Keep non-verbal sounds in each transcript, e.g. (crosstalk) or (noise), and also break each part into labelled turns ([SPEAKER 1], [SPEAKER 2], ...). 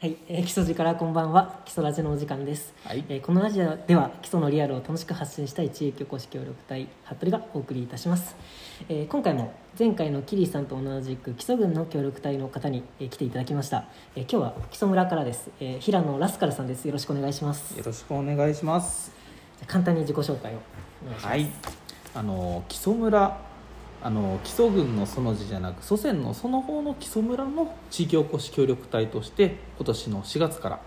[SPEAKER 1] はい、えー、基礎寺からこんばんは基礎ラジのお時間です、
[SPEAKER 2] はい
[SPEAKER 1] えーこのラジオでは基礎のリアルを楽しく発信したい地域おこし協力隊服部がお送りいたします、えー今回も前回のキリさんと同じく基礎軍の協力隊の方に、えー来ていただきました、えー今日は基礎村からです、えー平野ラスカルさんですよろしくお願いします
[SPEAKER 2] よろしくお願いします。
[SPEAKER 1] 簡単に自己紹介をお願いします、
[SPEAKER 2] はい、あの木曽村、あの木曽郡のその字じゃなく祖先のその方の木曽村の地域おこし協力隊として今年の4月から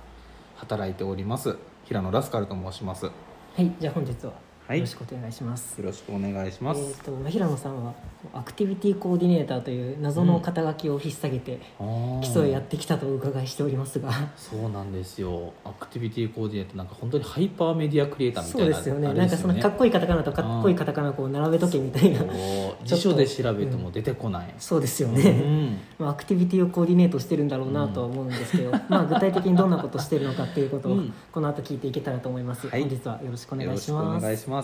[SPEAKER 2] 働いております平野ラスカルと申します。よ
[SPEAKER 1] はい、じゃあ本日は
[SPEAKER 2] はい
[SPEAKER 1] よろしくお願いします、
[SPEAKER 2] ろしくお願いし
[SPEAKER 1] え
[SPEAKER 2] ま
[SPEAKER 1] っ
[SPEAKER 2] す。
[SPEAKER 1] と平野さんはアクティビティコーディネーターという謎の肩書きを引っ提げて、
[SPEAKER 2] あー
[SPEAKER 1] 基礎へやってきたとお伺いしておりますが
[SPEAKER 2] そうなんですよアクティビティコーディネートなんか本当にハイパーメディアクリエイターみた
[SPEAKER 1] そう
[SPEAKER 2] い
[SPEAKER 1] で
[SPEAKER 2] な
[SPEAKER 1] すよね
[SPEAKER 2] あれ
[SPEAKER 1] なん
[SPEAKER 2] で
[SPEAKER 1] か
[SPEAKER 2] す
[SPEAKER 1] そ
[SPEAKER 2] よ
[SPEAKER 1] のかっこいいカタカナとかっこいいカタカナをこう並べとけみたいな、
[SPEAKER 2] こう辞書で調べても出てこない、
[SPEAKER 1] そうですよ
[SPEAKER 2] う
[SPEAKER 1] ね、
[SPEAKER 2] ん、
[SPEAKER 1] まあ、アクティビティをコーディネートしてるんだろうなとは思うんです (laughs) けど、まあ、具体的にどんなことしてるのかっていうことを、
[SPEAKER 2] うん
[SPEAKER 1] この後聞いていけたらと思います、
[SPEAKER 2] はい
[SPEAKER 1] 本日はよろしくお願
[SPEAKER 2] よろ
[SPEAKER 1] い
[SPEAKER 2] し
[SPEAKER 1] し
[SPEAKER 2] くお
[SPEAKER 1] ます
[SPEAKER 2] 願いします。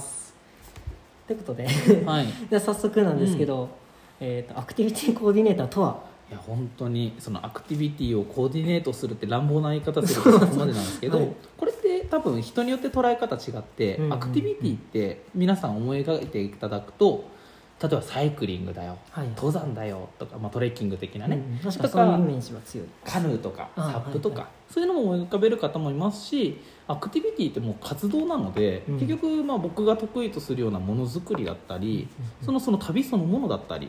[SPEAKER 1] ということで (laughs)
[SPEAKER 2] はい
[SPEAKER 1] じゃあ早速なんですけど、えー、とアクティビティコーディネーターとはい
[SPEAKER 2] や本当にそのアクティビティをコーディネートするって乱暴な言い方する
[SPEAKER 1] (laughs)
[SPEAKER 2] とそこまでなんですけど、
[SPEAKER 1] はい
[SPEAKER 2] これって多分人によって捉え方違って、
[SPEAKER 1] うんうんうん
[SPEAKER 2] アクティビティって皆さん思い描いていただくと例えばサイクリングだよ、
[SPEAKER 1] はい
[SPEAKER 2] 登山だよとか、まあ、トレッキング的な
[SPEAKER 1] う
[SPEAKER 2] ね、
[SPEAKER 1] ん、確か
[SPEAKER 2] と
[SPEAKER 1] にそういう
[SPEAKER 2] か
[SPEAKER 1] イメージは強い
[SPEAKER 2] カヌーとかサ
[SPEAKER 1] あ
[SPEAKER 2] ップとか、
[SPEAKER 1] はいは
[SPEAKER 2] そういうのも思い浮かべる方もいますしアクティビティってもう活動なので、
[SPEAKER 1] うん
[SPEAKER 2] 結局まあ僕が得意とするようなものづくりだったり、
[SPEAKER 1] うん
[SPEAKER 2] そのその旅そのものだったり、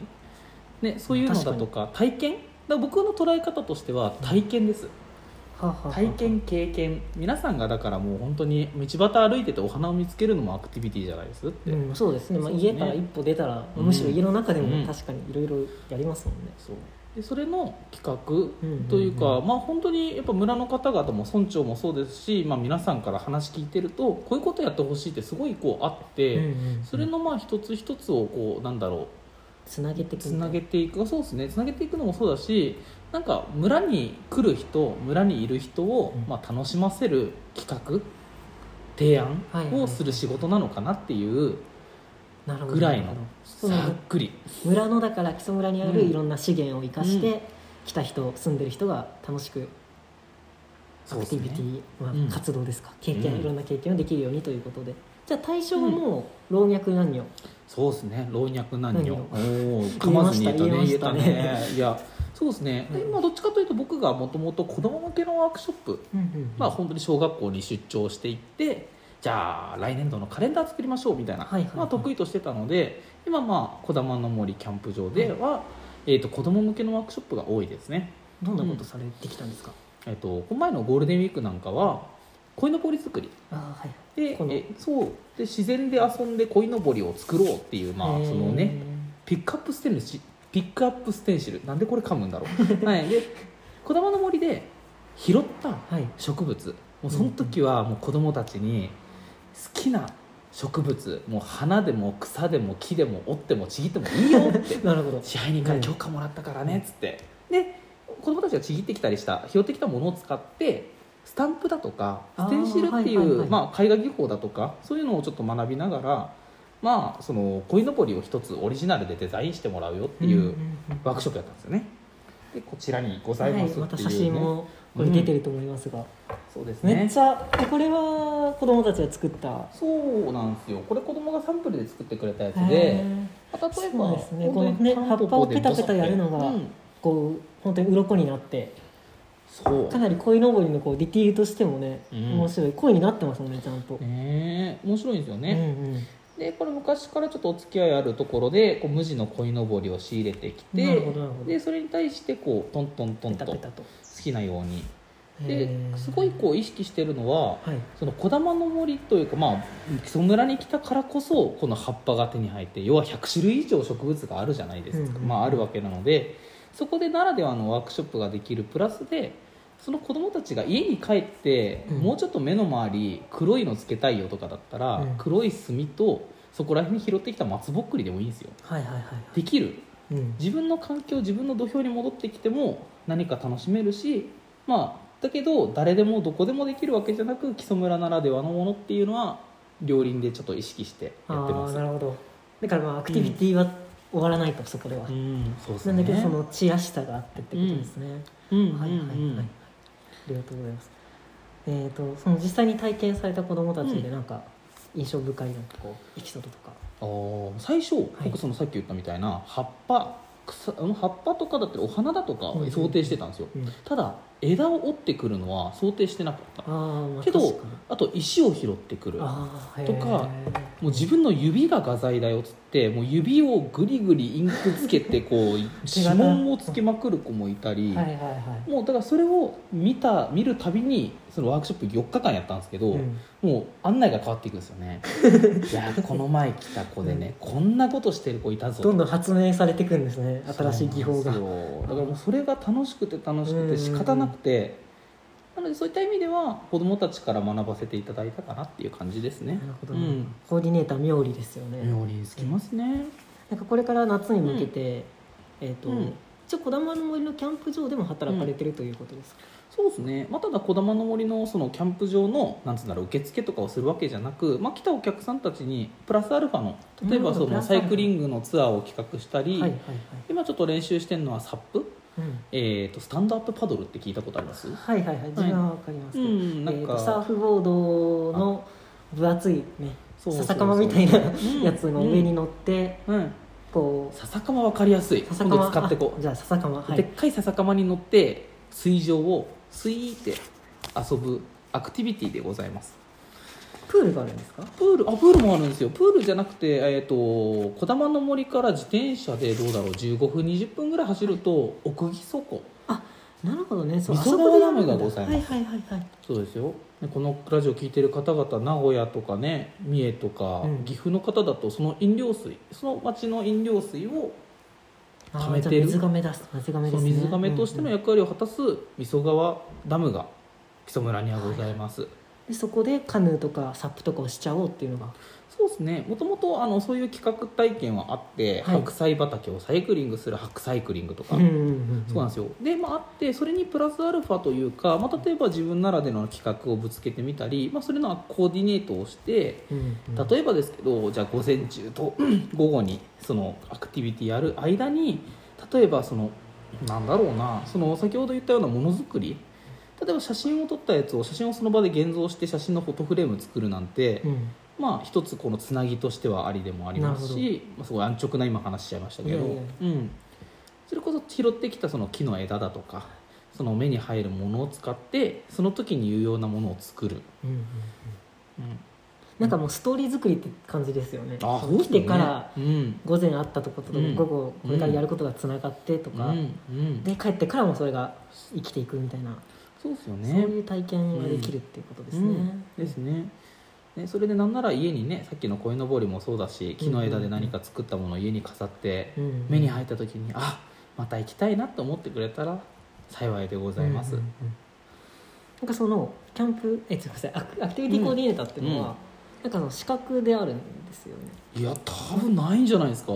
[SPEAKER 2] ね、そういうのだとか体験だから僕の捉え方としては体験です、
[SPEAKER 1] はあはあはあ
[SPEAKER 2] 体験経験皆さんがだからもう本当に道端歩いててお花を見つけるのもアクティビティじゃないですって、
[SPEAKER 1] うん、そうですね、まあ、
[SPEAKER 2] そうですね
[SPEAKER 1] 家から一歩出たら、
[SPEAKER 2] うん
[SPEAKER 1] むしろ家の中で
[SPEAKER 2] う
[SPEAKER 1] も
[SPEAKER 2] ん
[SPEAKER 1] 確かにいろいろやりますもんね、
[SPEAKER 2] そうでそれの企画
[SPEAKER 1] ん
[SPEAKER 2] というか、
[SPEAKER 1] うんう
[SPEAKER 2] まあ、本当にやっぱ村の方々も村長もそうですし、まあ、皆さんから話聞いてるとこういうことやってほしいってすごいこうあって、それのまあ一つ一つをこうなんだろ
[SPEAKER 1] つなげていく
[SPEAKER 2] うつ
[SPEAKER 1] みた
[SPEAKER 2] ないげていくそうですねつなげていくのもそうだしなんか村に来る人村にいる人を
[SPEAKER 1] うん
[SPEAKER 2] まあ楽しませる企画提案
[SPEAKER 1] はいはい
[SPEAKER 2] をする仕事なのかなっていう
[SPEAKER 1] なるほど
[SPEAKER 2] ぐらい
[SPEAKER 1] な
[SPEAKER 2] の
[SPEAKER 1] るほどそ
[SPEAKER 2] ざ
[SPEAKER 1] の
[SPEAKER 2] っくり
[SPEAKER 1] 村のだから基礎村にある
[SPEAKER 2] うん
[SPEAKER 1] いろんな資源を生かして、
[SPEAKER 2] うん
[SPEAKER 1] 来た人住んでる人が楽しくア
[SPEAKER 2] そう
[SPEAKER 1] クテ
[SPEAKER 2] ですね
[SPEAKER 1] ィビティ、まあ
[SPEAKER 2] うん
[SPEAKER 1] 活動ですか経験、
[SPEAKER 2] うん
[SPEAKER 1] いろんな経験をできるようにということでじゃあ対象も老若男女、
[SPEAKER 2] そうですね老若男
[SPEAKER 1] 何
[SPEAKER 2] 女
[SPEAKER 1] を
[SPEAKER 2] おお噛まずに言えた
[SPEAKER 1] 言えま
[SPEAKER 2] ね言え
[SPEAKER 1] した
[SPEAKER 2] た
[SPEAKER 1] ね
[SPEAKER 2] ねいやそうですね、でまあ、どっちかというと僕がもともと子供向けのワークショップ、
[SPEAKER 1] うんうんうん
[SPEAKER 2] まあ、本当に小学校に出張していってじゃあ来年度のカレンダー作りましょうみたいな、
[SPEAKER 1] はいはいはい
[SPEAKER 2] まあ、得意としてたので今まあこだまの森キャンプ場では、えー、と子供向けのワークショップが多いですね、
[SPEAKER 1] どんなことされてきたんですか、
[SPEAKER 2] えー、とこの前のゴールデンウィークなんかは鯉のぼり作り
[SPEAKER 1] ああはい
[SPEAKER 2] で
[SPEAKER 1] この
[SPEAKER 2] えそうで自然で遊んで鯉のぼりを作ろうっていう、まあ、
[SPEAKER 1] へー
[SPEAKER 2] そのねピックアップステンシピックアップステンシルなんでこれ噛むんだろ (laughs) うはいでこだまの森で拾った
[SPEAKER 1] はい
[SPEAKER 2] 植物もうその時はもう子供たちに好きな植物もう花でも草でも木でも折ってもちぎってもいいよって
[SPEAKER 1] なるほど
[SPEAKER 2] 支配人から許可もらったからねっつってで子供たちがちぎってきたりした拾ってきたものを使ってスタンプだとかステンシルってい
[SPEAKER 1] あーはいはいは
[SPEAKER 2] う
[SPEAKER 1] い
[SPEAKER 2] まあ絵画技法だとかそういうのをちょっと学びながらまあその鯉のぼりを一つオリジナルでデザインしてもらうよってい
[SPEAKER 1] ん
[SPEAKER 2] ううん
[SPEAKER 1] うん
[SPEAKER 2] ワークショップだったんですよねでこちらにございま
[SPEAKER 1] は
[SPEAKER 2] す
[SPEAKER 1] い、ま
[SPEAKER 2] ったて
[SPEAKER 1] 写真
[SPEAKER 2] いうね、
[SPEAKER 1] もこれ出てると思いますが、
[SPEAKER 2] そうです
[SPEAKER 1] め
[SPEAKER 2] ね
[SPEAKER 1] っちゃでこれは子供たちが作った
[SPEAKER 2] そうなんですよこれ子供がサンプルで作ってくれたやつ
[SPEAKER 1] へ
[SPEAKER 2] で、
[SPEAKER 1] ー
[SPEAKER 2] まあ、例え
[SPEAKER 1] そう
[SPEAKER 2] ば
[SPEAKER 1] ですねこのね
[SPEAKER 2] 本当
[SPEAKER 1] 葉
[SPEAKER 2] に
[SPEAKER 1] っぱをペタペタやるのが
[SPEAKER 2] うん
[SPEAKER 1] こう本当に鱗になって
[SPEAKER 2] そう
[SPEAKER 1] かなり鯉のぼりのこうディティールとしてもね、
[SPEAKER 2] うん
[SPEAKER 1] 面白い鯉になってますもんねちゃんと、
[SPEAKER 2] ねえ面白いんですよ
[SPEAKER 1] う
[SPEAKER 2] ね、
[SPEAKER 1] んうん
[SPEAKER 2] でこれ昔からちょっとお付き合いあるところでこう無地の鯉のぼりを仕入れてき
[SPEAKER 1] なる
[SPEAKER 2] て
[SPEAKER 1] ほどなるほど
[SPEAKER 2] でそれに対してこうトントント
[SPEAKER 1] ペ
[SPEAKER 2] ン
[SPEAKER 1] タ
[SPEAKER 2] と
[SPEAKER 1] ペ
[SPEAKER 2] 好
[SPEAKER 1] タと
[SPEAKER 2] きなように
[SPEAKER 1] へ
[SPEAKER 2] で
[SPEAKER 1] ー
[SPEAKER 2] すごいこう意識してるのは
[SPEAKER 1] はい
[SPEAKER 2] その小玉の森というかまあ木曽村に来たからこそこの葉っぱが手に入って要は100種類以上植物があるじゃないですか、
[SPEAKER 1] うんうん
[SPEAKER 2] まあ、あるわけなのでそこでならではのワークショップができるプラスでその子供たちが家に帰って、
[SPEAKER 1] うん
[SPEAKER 2] もうちょっと目の周り黒いのつけたいよとかだったら、
[SPEAKER 1] うん
[SPEAKER 2] 黒い炭とそこら辺に拾ってきた松ぼっくりでもいいんですよ
[SPEAKER 1] はいはいはいは
[SPEAKER 2] できる
[SPEAKER 1] い、うん、
[SPEAKER 2] 自分の環境自分の土俵に戻ってきても何か楽しめるしまあだけど誰でもどこでもできるわけじゃなく木曽村ならではのものっていうのは両輪でちょっと意識してやってま
[SPEAKER 1] ああ
[SPEAKER 2] す
[SPEAKER 1] なるほどだからまあアクティビティは終わらないと、そこでは、
[SPEAKER 2] うんそうです
[SPEAKER 1] な
[SPEAKER 2] ね
[SPEAKER 1] んだけどそのチラシさがあってってことですね、
[SPEAKER 2] うんうんうん
[SPEAKER 1] はいはいはいりがとうございますえっ、とその実際に体験された子どもたちで
[SPEAKER 2] うん
[SPEAKER 1] なんか印象深いなんかこうエピソードとか
[SPEAKER 2] あー最初、
[SPEAKER 1] い
[SPEAKER 2] 僕そのさっき言ったみたいな葉っぱ草あの葉っぱとかだったりお花だとか
[SPEAKER 1] うん
[SPEAKER 2] 想定してたんですよ、
[SPEAKER 1] うん
[SPEAKER 2] ただ枝を折ってくるのは想定してなかった
[SPEAKER 1] あー、まあ
[SPEAKER 2] け
[SPEAKER 1] 確
[SPEAKER 2] ど
[SPEAKER 1] かに
[SPEAKER 2] あと石を拾ってくるも
[SPEAKER 1] あー
[SPEAKER 2] とか
[SPEAKER 1] へー
[SPEAKER 2] う自分の指が画材だよっつってもう指をグリグリインクつけてこう
[SPEAKER 1] (laughs) 手
[SPEAKER 2] 指
[SPEAKER 1] 形
[SPEAKER 2] 紋をつけまくる子もいたり、
[SPEAKER 1] はいはいはい
[SPEAKER 2] もうだからそれを見た見るたびにそのワークショップ4日間やったんですけど、
[SPEAKER 1] うん
[SPEAKER 2] もう案内が変わっていくんですよ
[SPEAKER 1] (laughs)
[SPEAKER 2] ねいやこの前来た子でね、こんなことしてる子いたぞ
[SPEAKER 1] どんどん発明されていくんですね新しい技法が
[SPEAKER 2] そうなんですよだからもうそれが楽しくて楽し
[SPEAKER 1] うんう
[SPEAKER 2] く
[SPEAKER 1] ん
[SPEAKER 2] て仕方なくてなのでそういった意味では子どもたちから学ばせていただいたかなっていう感じですね
[SPEAKER 1] なるほど
[SPEAKER 2] う
[SPEAKER 1] ね、
[SPEAKER 2] ん
[SPEAKER 1] コーディネーター冥利ですよね
[SPEAKER 2] 妙につきますね
[SPEAKER 1] なんかこれから夏に向けて、えっ、と、
[SPEAKER 2] うん
[SPEAKER 1] 一応こだまの森のキャンプ場でも働かれてるということですか、
[SPEAKER 2] そうですね、まあ、ただこだまの森のそのキャンプ場のなんつうんだろう受付とかをするわけじゃなく、まあ、来たお客さんたちにプラスアルファの例え
[SPEAKER 1] う
[SPEAKER 2] ば
[SPEAKER 1] ん
[SPEAKER 2] そ
[SPEAKER 1] プラ
[SPEAKER 2] の
[SPEAKER 1] スアルフ
[SPEAKER 2] サ
[SPEAKER 1] ァ
[SPEAKER 2] イクリングのツアーを企画したり、
[SPEAKER 1] はいはいはい、
[SPEAKER 2] 今ちょっと練習してるのはサップ、
[SPEAKER 1] うん
[SPEAKER 2] えー、とスタンドアップパドルって聞いたことあります
[SPEAKER 1] はいはいはい自分は分かります、
[SPEAKER 2] うんなん
[SPEAKER 1] えー
[SPEAKER 2] か
[SPEAKER 1] とサーフボードの分厚いね
[SPEAKER 2] そうそうそう
[SPEAKER 1] 笹かまみたいな
[SPEAKER 2] うん
[SPEAKER 1] やつの上に乗って、
[SPEAKER 2] うん
[SPEAKER 1] こう
[SPEAKER 2] 笹かま分かりやすい
[SPEAKER 1] 笹か
[SPEAKER 2] 今度
[SPEAKER 1] ま
[SPEAKER 2] 使ってこ
[SPEAKER 1] あ
[SPEAKER 2] う、
[SPEAKER 1] じゃあ笹かまは
[SPEAKER 2] で
[SPEAKER 1] い
[SPEAKER 2] っかい笹かまに乗って水上をスイーって遊ぶアクティビティでございます
[SPEAKER 1] プールがあるんですか
[SPEAKER 2] プールあプールもあるんですよプールじゃなくて、えー、と小玉の森から自転車でどうだろう15分20分ぐらい走ると奥義倉庫
[SPEAKER 1] なるほどねそう
[SPEAKER 2] 溝川
[SPEAKER 1] あそこでやるんだ
[SPEAKER 2] ダムがございます
[SPEAKER 1] はいはいはいはい
[SPEAKER 2] そうですよねこのラジオ聞いてる方々名古屋とかね三重とか、
[SPEAKER 1] うん
[SPEAKER 2] 岐阜の方だとその飲料水その町の飲料水を
[SPEAKER 1] あ
[SPEAKER 2] 溜めてる
[SPEAKER 1] じゃあ水が目出す水が目
[SPEAKER 2] そ
[SPEAKER 1] で
[SPEAKER 2] の
[SPEAKER 1] すね
[SPEAKER 2] 水がめとしての
[SPEAKER 1] うんうん
[SPEAKER 2] 役割を果たす磯川ダムが木曽村にはございます、
[SPEAKER 1] でそこでカヌーとかサップとかをしちゃおうっていうのが
[SPEAKER 2] そうですねもともとあのそういう企画体験はあって、
[SPEAKER 1] はい
[SPEAKER 2] 白菜畑をサイクリングする白サイクリングとか、
[SPEAKER 1] うんうんうん
[SPEAKER 2] そうなんですよで、まあ、あってそれにプラスアルファというか、まあ、例えば自分ならでの企画をぶつけてみたり、まあ、それのコーディネートをして
[SPEAKER 1] うんうん
[SPEAKER 2] 例えばですけどじゃあ午前中と (clears throat) 午後にそのアクティビティやる間に例えばそのなんだろうなその先ほど言ったようなものづくり例えば写真を撮ったやつを写真をその場で現像して写真のフォトフレーム作るなんて、
[SPEAKER 1] うん
[SPEAKER 2] まあ一つこのつなぎとしてはありでもあります
[SPEAKER 1] な
[SPEAKER 2] し、まあ、すごい安直な今話しちゃいましたけど
[SPEAKER 1] いやいや
[SPEAKER 2] うん、それこそ拾ってきたその木の枝だとかその目に入るものを使ってその時に有用なものを作る、
[SPEAKER 1] うんうんうん
[SPEAKER 2] うん、
[SPEAKER 1] なんかもうストーリー作りって感じですよね
[SPEAKER 2] あ
[SPEAKER 1] そ
[SPEAKER 2] そう
[SPEAKER 1] の
[SPEAKER 2] で
[SPEAKER 1] 来
[SPEAKER 2] すね
[SPEAKER 1] てから
[SPEAKER 2] うん
[SPEAKER 1] 午前あったとこと
[SPEAKER 2] うん
[SPEAKER 1] 午後これからやることがつながってと
[SPEAKER 2] うん
[SPEAKER 1] か、
[SPEAKER 2] うん、
[SPEAKER 1] で帰ってからもそれが生きていくみたいな、
[SPEAKER 2] そうですよ
[SPEAKER 1] そう
[SPEAKER 2] ね
[SPEAKER 1] いう体験ができるっていうことですね、
[SPEAKER 2] うんですねねそれでなんなら家にねさっきの鯉のぼりもそうだし木の枝で何か作ったものを家に飾って、
[SPEAKER 1] うん
[SPEAKER 2] 目に入った時にあまた行きたいなと思ってくれたら幸いでございます、
[SPEAKER 1] うんうんうんなんかそのキャンプえすいませんアクアクティビティコーディネーターっていうのは、
[SPEAKER 2] うん
[SPEAKER 1] なんかその資格であるんですよね
[SPEAKER 2] いや多分ないんじゃないですか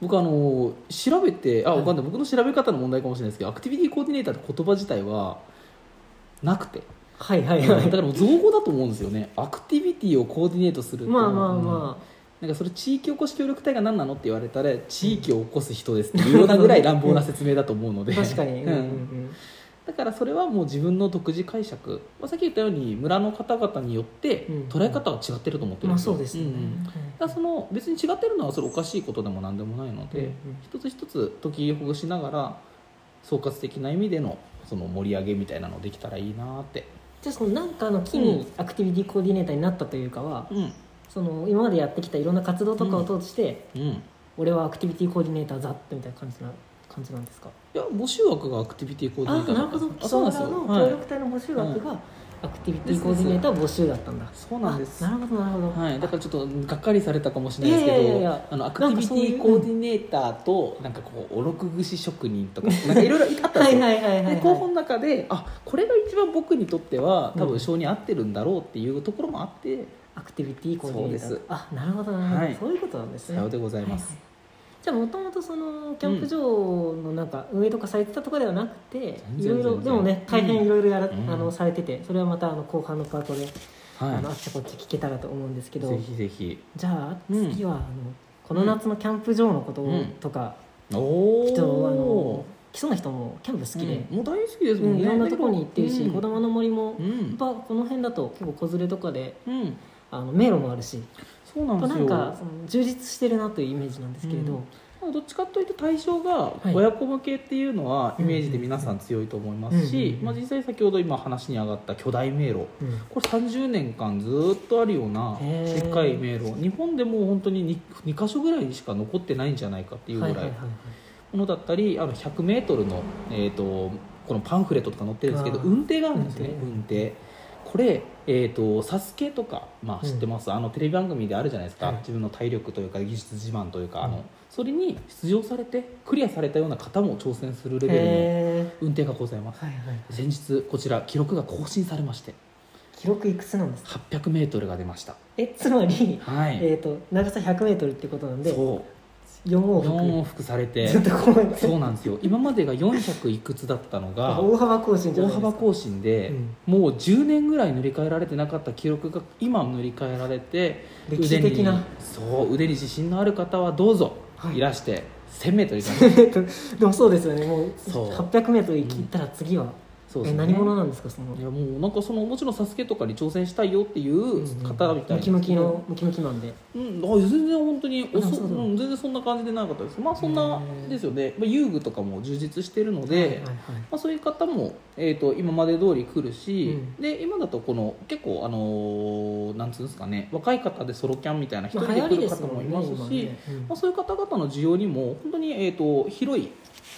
[SPEAKER 2] 僕あの調べてあ
[SPEAKER 1] はい
[SPEAKER 2] わかんない僕の調べ方の問題かもしれないですけどアクティビティコーディネーターって言葉自体はなくて
[SPEAKER 1] はいはいは
[SPEAKER 2] (laughs) だ
[SPEAKER 1] い
[SPEAKER 2] からもう造語だと思うんですよねアクティビティをコーディネートするっていうの
[SPEAKER 1] まあ
[SPEAKER 2] は
[SPEAKER 1] まあ
[SPEAKER 2] うん
[SPEAKER 1] ま
[SPEAKER 2] なんかそれ地域おこし協力隊が何なのって言われたら地域を起こす人ですっていうようなぐらい乱暴な説明だと思うの
[SPEAKER 1] あ
[SPEAKER 2] で
[SPEAKER 1] 確かに、
[SPEAKER 2] (laughs) う
[SPEAKER 1] うんうん
[SPEAKER 2] んだからそれはもう自分の独自解釈、まあ、さっき言ったように村の方々によって
[SPEAKER 1] うん
[SPEAKER 2] 捉え方は違ってると思って
[SPEAKER 1] うん、まあ
[SPEAKER 2] るんですよ
[SPEAKER 1] そうですよね、
[SPEAKER 2] うんう
[SPEAKER 1] は
[SPEAKER 2] ん
[SPEAKER 1] い
[SPEAKER 2] だからその別に違ってるのはそれおかしいことでも何でもないので、
[SPEAKER 1] うんうん
[SPEAKER 2] 一つ一つ解きほぐしながら総括的な意味でのその盛り上げみたいなのできたらいいなって、
[SPEAKER 1] じゃあそのなんかの木
[SPEAKER 2] う
[SPEAKER 1] に
[SPEAKER 2] ん
[SPEAKER 1] アクティビティコーディネーターになったというかは、
[SPEAKER 2] うん
[SPEAKER 1] その今までやってきたいろんな活動とかを通して、
[SPEAKER 2] うん、い
[SPEAKER 1] 俺はアクティビティコーディネーターだってみたいな感じな感じなんですか
[SPEAKER 2] や募集枠がアクティビティコーディネー
[SPEAKER 1] あ
[SPEAKER 2] ター
[SPEAKER 1] なるほ
[SPEAKER 2] だ
[SPEAKER 1] ど
[SPEAKER 2] った
[SPEAKER 1] 基礎村の協
[SPEAKER 2] はい
[SPEAKER 1] 力隊の募集枠がアクティビティコーディネーター募集だったんだ、
[SPEAKER 2] そうなんです
[SPEAKER 1] あなるほどなるほど、
[SPEAKER 2] はい、だからちょっとがっかりされたかもしれないです
[SPEAKER 1] いやいやい
[SPEAKER 2] け
[SPEAKER 1] やい
[SPEAKER 2] ど
[SPEAKER 1] や
[SPEAKER 2] あのアクティビティコーディネーターとなんかこうおろく串職人とかなんかいろいろあったん
[SPEAKER 1] は
[SPEAKER 2] です
[SPEAKER 1] い
[SPEAKER 2] よ
[SPEAKER 1] はいはいはいはい
[SPEAKER 2] で候補の中であこれが一番僕にとっては多
[SPEAKER 1] うん
[SPEAKER 2] 分性に合ってるんだろうっていうところもあって、
[SPEAKER 1] アクティビティコーディネーター
[SPEAKER 2] そうです
[SPEAKER 1] あなるほどなるほど、
[SPEAKER 2] はい
[SPEAKER 1] そういうことなんです
[SPEAKER 2] さ
[SPEAKER 1] ね
[SPEAKER 2] ようでございます、
[SPEAKER 1] はいはいじゃあもともとそのキャンプ場のなんか運営とかされてたとかではなくて、いろ
[SPEAKER 2] 全然
[SPEAKER 1] いろ
[SPEAKER 2] 全然
[SPEAKER 1] でもね大変いろいろやら、
[SPEAKER 2] うん
[SPEAKER 1] あのされててそれはまたあの後半のパートで、
[SPEAKER 2] はい
[SPEAKER 1] あのあっちこっち聞けたらと思うんですけど
[SPEAKER 2] ぜひぜひ
[SPEAKER 1] じゃあ
[SPEAKER 2] うん
[SPEAKER 1] 次は、あのこの夏のキャンプ場のことを
[SPEAKER 2] うん
[SPEAKER 1] とか、
[SPEAKER 2] お
[SPEAKER 1] きっとあの基基礎の人もキャンプ好きで、
[SPEAKER 2] うんもう大好きです
[SPEAKER 1] う
[SPEAKER 2] もん
[SPEAKER 1] ん
[SPEAKER 2] ね、
[SPEAKER 1] いろんなところに行ってるし、
[SPEAKER 2] うん
[SPEAKER 1] 子玉の森も、
[SPEAKER 2] う
[SPEAKER 1] やっ
[SPEAKER 2] ん、
[SPEAKER 1] ぱこの辺だと結構子連れとかで
[SPEAKER 2] うん、
[SPEAKER 1] あの迷路もあるし、
[SPEAKER 2] そうなんです
[SPEAKER 1] な
[SPEAKER 2] よ
[SPEAKER 1] んかその充実してるなというイメージなんですけれど、
[SPEAKER 2] うんどっちかというと対象が
[SPEAKER 1] い
[SPEAKER 2] 親子向けっていうのはイメージで皆さ
[SPEAKER 1] うん
[SPEAKER 2] 強いと思います
[SPEAKER 1] うん
[SPEAKER 2] し
[SPEAKER 1] う、ん
[SPEAKER 2] まあ、実際先ほど今話に上がった巨大迷路
[SPEAKER 1] うん
[SPEAKER 2] これ30年間ずっとあるような
[SPEAKER 1] へ
[SPEAKER 2] で
[SPEAKER 1] ー
[SPEAKER 2] っかい迷路日本でもう本当に 2, 2箇所ぐらいにしか残ってないんじゃないかっていうぐ
[SPEAKER 1] は
[SPEAKER 2] ら
[SPEAKER 1] い
[SPEAKER 2] い
[SPEAKER 1] はいはいはい
[SPEAKER 2] ものだったりあの 100m の、えー、とこのパンフレットとか載ってるんですけど
[SPEAKER 1] あー
[SPEAKER 2] 運転があるんですね
[SPEAKER 1] 運
[SPEAKER 2] 運転これえーと「サスケとか、まあ、知ってます、あのテレビ番組であるじゃないですか、
[SPEAKER 1] はい
[SPEAKER 2] 自分の体力というか技術自慢というか、あ
[SPEAKER 1] うん
[SPEAKER 2] のそれに出場されてクリアされたような方も挑戦するレベルの
[SPEAKER 1] へ
[SPEAKER 2] 運転がございます
[SPEAKER 1] ーはいはいはい
[SPEAKER 2] 先日こちら記録が更新されまして
[SPEAKER 1] 記録いくつなんですか
[SPEAKER 2] 800m が出ました
[SPEAKER 1] えつまり、
[SPEAKER 2] はい、
[SPEAKER 1] えー、と長さ 100m ってことなんで
[SPEAKER 2] そう
[SPEAKER 1] 4往
[SPEAKER 2] 4往
[SPEAKER 1] 復
[SPEAKER 2] 復されて
[SPEAKER 1] ずっとこうやって
[SPEAKER 2] そうなんですよ今までが400いくつだったのが
[SPEAKER 1] 大幅更新じゃない
[SPEAKER 2] 大
[SPEAKER 1] ですか
[SPEAKER 2] 幅更新で、
[SPEAKER 1] うん
[SPEAKER 2] もう10年ぐらい塗り替えられてなかった記録が今塗り替えられて
[SPEAKER 1] 歴史的な
[SPEAKER 2] 腕にそう腕に自信のある方はどうぞ、
[SPEAKER 1] はい
[SPEAKER 2] い、らして 1000m いか
[SPEAKER 1] (laughs) でもそうですよねもう
[SPEAKER 2] そう
[SPEAKER 1] 800m 行きったら次は、
[SPEAKER 2] そう
[SPEAKER 1] え何者なんですかその
[SPEAKER 2] いやもうなんかそのもちろん「サスケとかに挑戦したいよっていう方みたいな、
[SPEAKER 1] ムキムキのムキムキマンで
[SPEAKER 2] うん、あ全然本当におそ
[SPEAKER 1] あそうだ
[SPEAKER 2] うん全然そんな感じでなかったですまあそん
[SPEAKER 1] へ
[SPEAKER 2] な
[SPEAKER 1] ー
[SPEAKER 2] ですよね、まあ、遊具とかも充実してるので、
[SPEAKER 1] はいはいはい
[SPEAKER 2] まあ、そういう方も、えー、と今まで通り来るし、
[SPEAKER 1] う
[SPEAKER 2] で今だとこの結構、あのーなんつうんですかね若い方でソロキャンみたいな一人
[SPEAKER 1] まあ
[SPEAKER 2] で
[SPEAKER 1] 流行
[SPEAKER 2] 来
[SPEAKER 1] り
[SPEAKER 2] る
[SPEAKER 1] です
[SPEAKER 2] 方
[SPEAKER 1] も
[SPEAKER 2] もい
[SPEAKER 1] んね
[SPEAKER 2] ますし、
[SPEAKER 1] 今ね
[SPEAKER 2] まあ、そういう方々の需要にも本当に、えー、と広い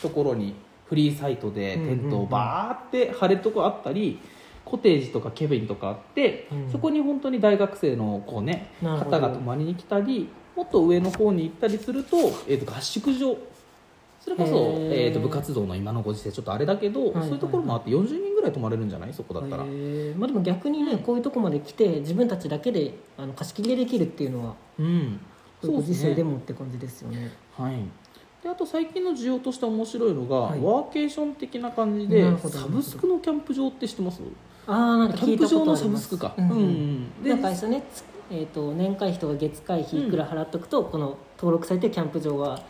[SPEAKER 2] ところにフリーサイトでテントをバーって張れるとこあったり、コテージとかケビンとかあって、
[SPEAKER 1] うん
[SPEAKER 2] そこに本当に大学生のこう、ね、
[SPEAKER 1] なるほど
[SPEAKER 2] 方が泊まりに来たりもっと上の方に行ったりすると,、えー、と合宿所それこそ
[SPEAKER 1] へ、ー
[SPEAKER 2] えー、と部活動の今のご時世ちょっとあれだけど、
[SPEAKER 1] いはいはい
[SPEAKER 2] そういうところもあって40人ぐらい泊まれるんじゃないそこだったら、
[SPEAKER 1] へーまあ、でも逆にねこういうとこまで来て自分たちだけであの貸し切りでできるっていうのは
[SPEAKER 2] うん
[SPEAKER 1] そういうご時
[SPEAKER 2] すね
[SPEAKER 1] 世でもって感じですよね
[SPEAKER 2] はい、であと最近の需要として面白いのが、
[SPEAKER 1] はい
[SPEAKER 2] ワーケーション的な感じで
[SPEAKER 1] なるほど
[SPEAKER 2] サブスクのキャンプ場って知ってます
[SPEAKER 1] ああなんか
[SPEAKER 2] キ
[SPEAKER 1] 聞
[SPEAKER 2] ャ
[SPEAKER 1] い
[SPEAKER 2] ン
[SPEAKER 1] たこ
[SPEAKER 2] プ場
[SPEAKER 1] と
[SPEAKER 2] の
[SPEAKER 1] あり
[SPEAKER 2] サブ
[SPEAKER 1] ま
[SPEAKER 2] ス
[SPEAKER 1] す
[SPEAKER 2] クか、
[SPEAKER 1] う
[SPEAKER 2] うんん
[SPEAKER 1] う
[SPEAKER 2] うんん
[SPEAKER 1] なんかあれで
[SPEAKER 2] で
[SPEAKER 1] すよね、つえー、と年会費とか月会費いくら払っとくと、この登録されてるキャンプ場は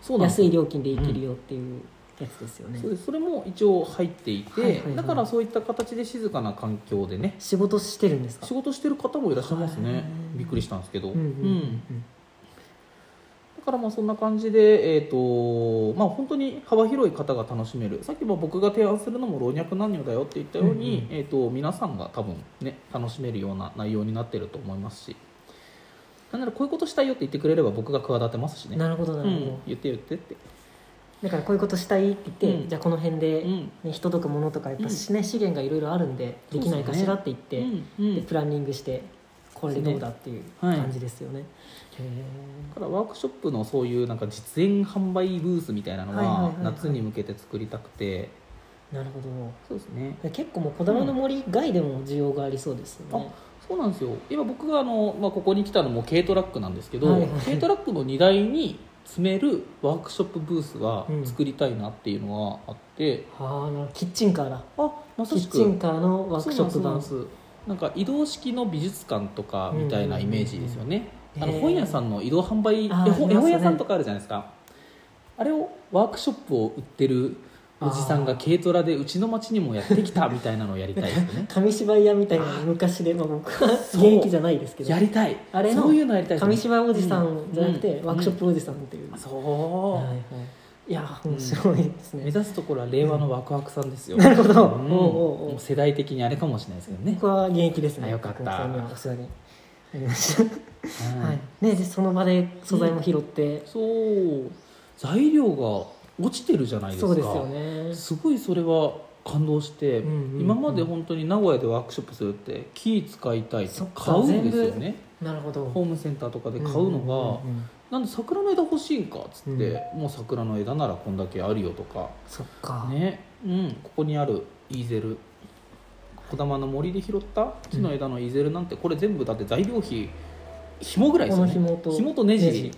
[SPEAKER 2] そうなんです
[SPEAKER 1] 安い
[SPEAKER 2] よ
[SPEAKER 1] 料金で行けるよっていうやつですよね、
[SPEAKER 2] そうですそれも一応入っていて、
[SPEAKER 1] はいはいはい
[SPEAKER 2] だからそういった形で静かな環境でね
[SPEAKER 1] 仕事してるんですか
[SPEAKER 2] 仕事してる方もいらっしゃいま
[SPEAKER 1] は
[SPEAKER 2] す
[SPEAKER 1] い
[SPEAKER 2] ねびっくりしたんですけど、
[SPEAKER 1] うんうんうんうん
[SPEAKER 2] だからまあそんな感じで、えーとまあ、本当に幅広い方が楽しめるさっきも僕が提案するのも老若男女だよって言ったように、
[SPEAKER 1] うんうん
[SPEAKER 2] えー、と皆さんが多分ね楽しめるような内容になってると思いますしなんならこういうことしたいよって言ってくれれば僕が企てますしね
[SPEAKER 1] なるほどな
[SPEAKER 2] う
[SPEAKER 1] るほど、
[SPEAKER 2] ん、言って言ってって、
[SPEAKER 1] だからこういうことしたいって言って、
[SPEAKER 2] うん
[SPEAKER 1] じゃあこの辺
[SPEAKER 2] う
[SPEAKER 1] で、ね
[SPEAKER 2] ん
[SPEAKER 1] 人とか物とかやっぱしね、資源がいろいろあるんでできないかしらって言って、
[SPEAKER 2] うんうん
[SPEAKER 1] でプランニングしてこれでどうだっていう
[SPEAKER 2] はい
[SPEAKER 1] 感じですよね。
[SPEAKER 2] だからワークショップのそういうなんか実演販売ブースみたいなの
[SPEAKER 1] はいはいは
[SPEAKER 2] はい
[SPEAKER 1] はい
[SPEAKER 2] 夏に向けて作りたくて、
[SPEAKER 1] へーなるほど
[SPEAKER 2] そうですね
[SPEAKER 1] 結構もうこだまの森以外でも需要がありそうですよね。
[SPEAKER 2] そうなんですよ今僕があの、まあ、ここに来たのも軽トラックなんですけど、
[SPEAKER 1] はいはい
[SPEAKER 2] 軽トラックの荷台に詰めるワークショップブースは
[SPEAKER 1] うん
[SPEAKER 2] 作りたいなっていうのはあって、
[SPEAKER 1] ああなるほどキッチンカーだ
[SPEAKER 2] あま
[SPEAKER 1] キ
[SPEAKER 2] さし
[SPEAKER 1] ッ
[SPEAKER 2] く
[SPEAKER 1] チンカーのワークショップ版
[SPEAKER 2] そうなんですなんか移動式の美術館とかみたいなイメージですよね、
[SPEAKER 1] うんうんうん
[SPEAKER 2] あ
[SPEAKER 1] へ
[SPEAKER 2] の
[SPEAKER 1] ー
[SPEAKER 2] 本屋さんの移動販売絵
[SPEAKER 1] あー
[SPEAKER 2] 本,、
[SPEAKER 1] ありますね
[SPEAKER 2] 絵本屋さんとかあるじゃないですかあれをワークショップを売ってるおじさんが軽トラでうちの町にもやってきたみたいなのをやりたいですよ
[SPEAKER 1] (laughs)
[SPEAKER 2] ね
[SPEAKER 1] 紙芝居屋みたいなの昔で、まあ、僕は現
[SPEAKER 2] そう
[SPEAKER 1] 役じゃないですけど
[SPEAKER 2] やりたい
[SPEAKER 1] あれの
[SPEAKER 2] そういうのやりたいですね
[SPEAKER 1] 紙芝居おじさんじゃなくて、
[SPEAKER 2] うん
[SPEAKER 1] ワークショップおじさんっていう、
[SPEAKER 2] そう、
[SPEAKER 1] はいはい、いやー面白いですね、
[SPEAKER 2] 目指すところは令和のワクワクさんですよ、
[SPEAKER 1] なるほど
[SPEAKER 2] うん
[SPEAKER 1] おうおうおう
[SPEAKER 2] もう世代的にあれかもしれないですけどね
[SPEAKER 1] 僕は現役ですね
[SPEAKER 2] あよかった
[SPEAKER 1] さんにはお世話になりました、
[SPEAKER 2] うん
[SPEAKER 1] はいね、でその場で素材も拾って、
[SPEAKER 2] そう材料が落ちてるじゃないですか
[SPEAKER 1] そうですよね
[SPEAKER 2] すごいそれは感動して、
[SPEAKER 1] うんうんうん
[SPEAKER 2] 今まで本当に名古屋でワークショップするって木使いたいって
[SPEAKER 1] そっか
[SPEAKER 2] 買うんですよね
[SPEAKER 1] なるほど
[SPEAKER 2] ホームセンターとかで買うの
[SPEAKER 1] うんう
[SPEAKER 2] が、
[SPEAKER 1] んうんうん
[SPEAKER 2] なんで桜の枝欲しいんかっつって、もう桜の枝ならこんだけあるよとか
[SPEAKER 1] そっか、
[SPEAKER 2] ねうんここにあるイーゼル小玉の森で拾った木の枝のイーゼルなんてこれ全部だって材料費紐ぐらいですよね
[SPEAKER 1] この紐と
[SPEAKER 2] ネ
[SPEAKER 1] ネ
[SPEAKER 2] ジ
[SPEAKER 1] ジ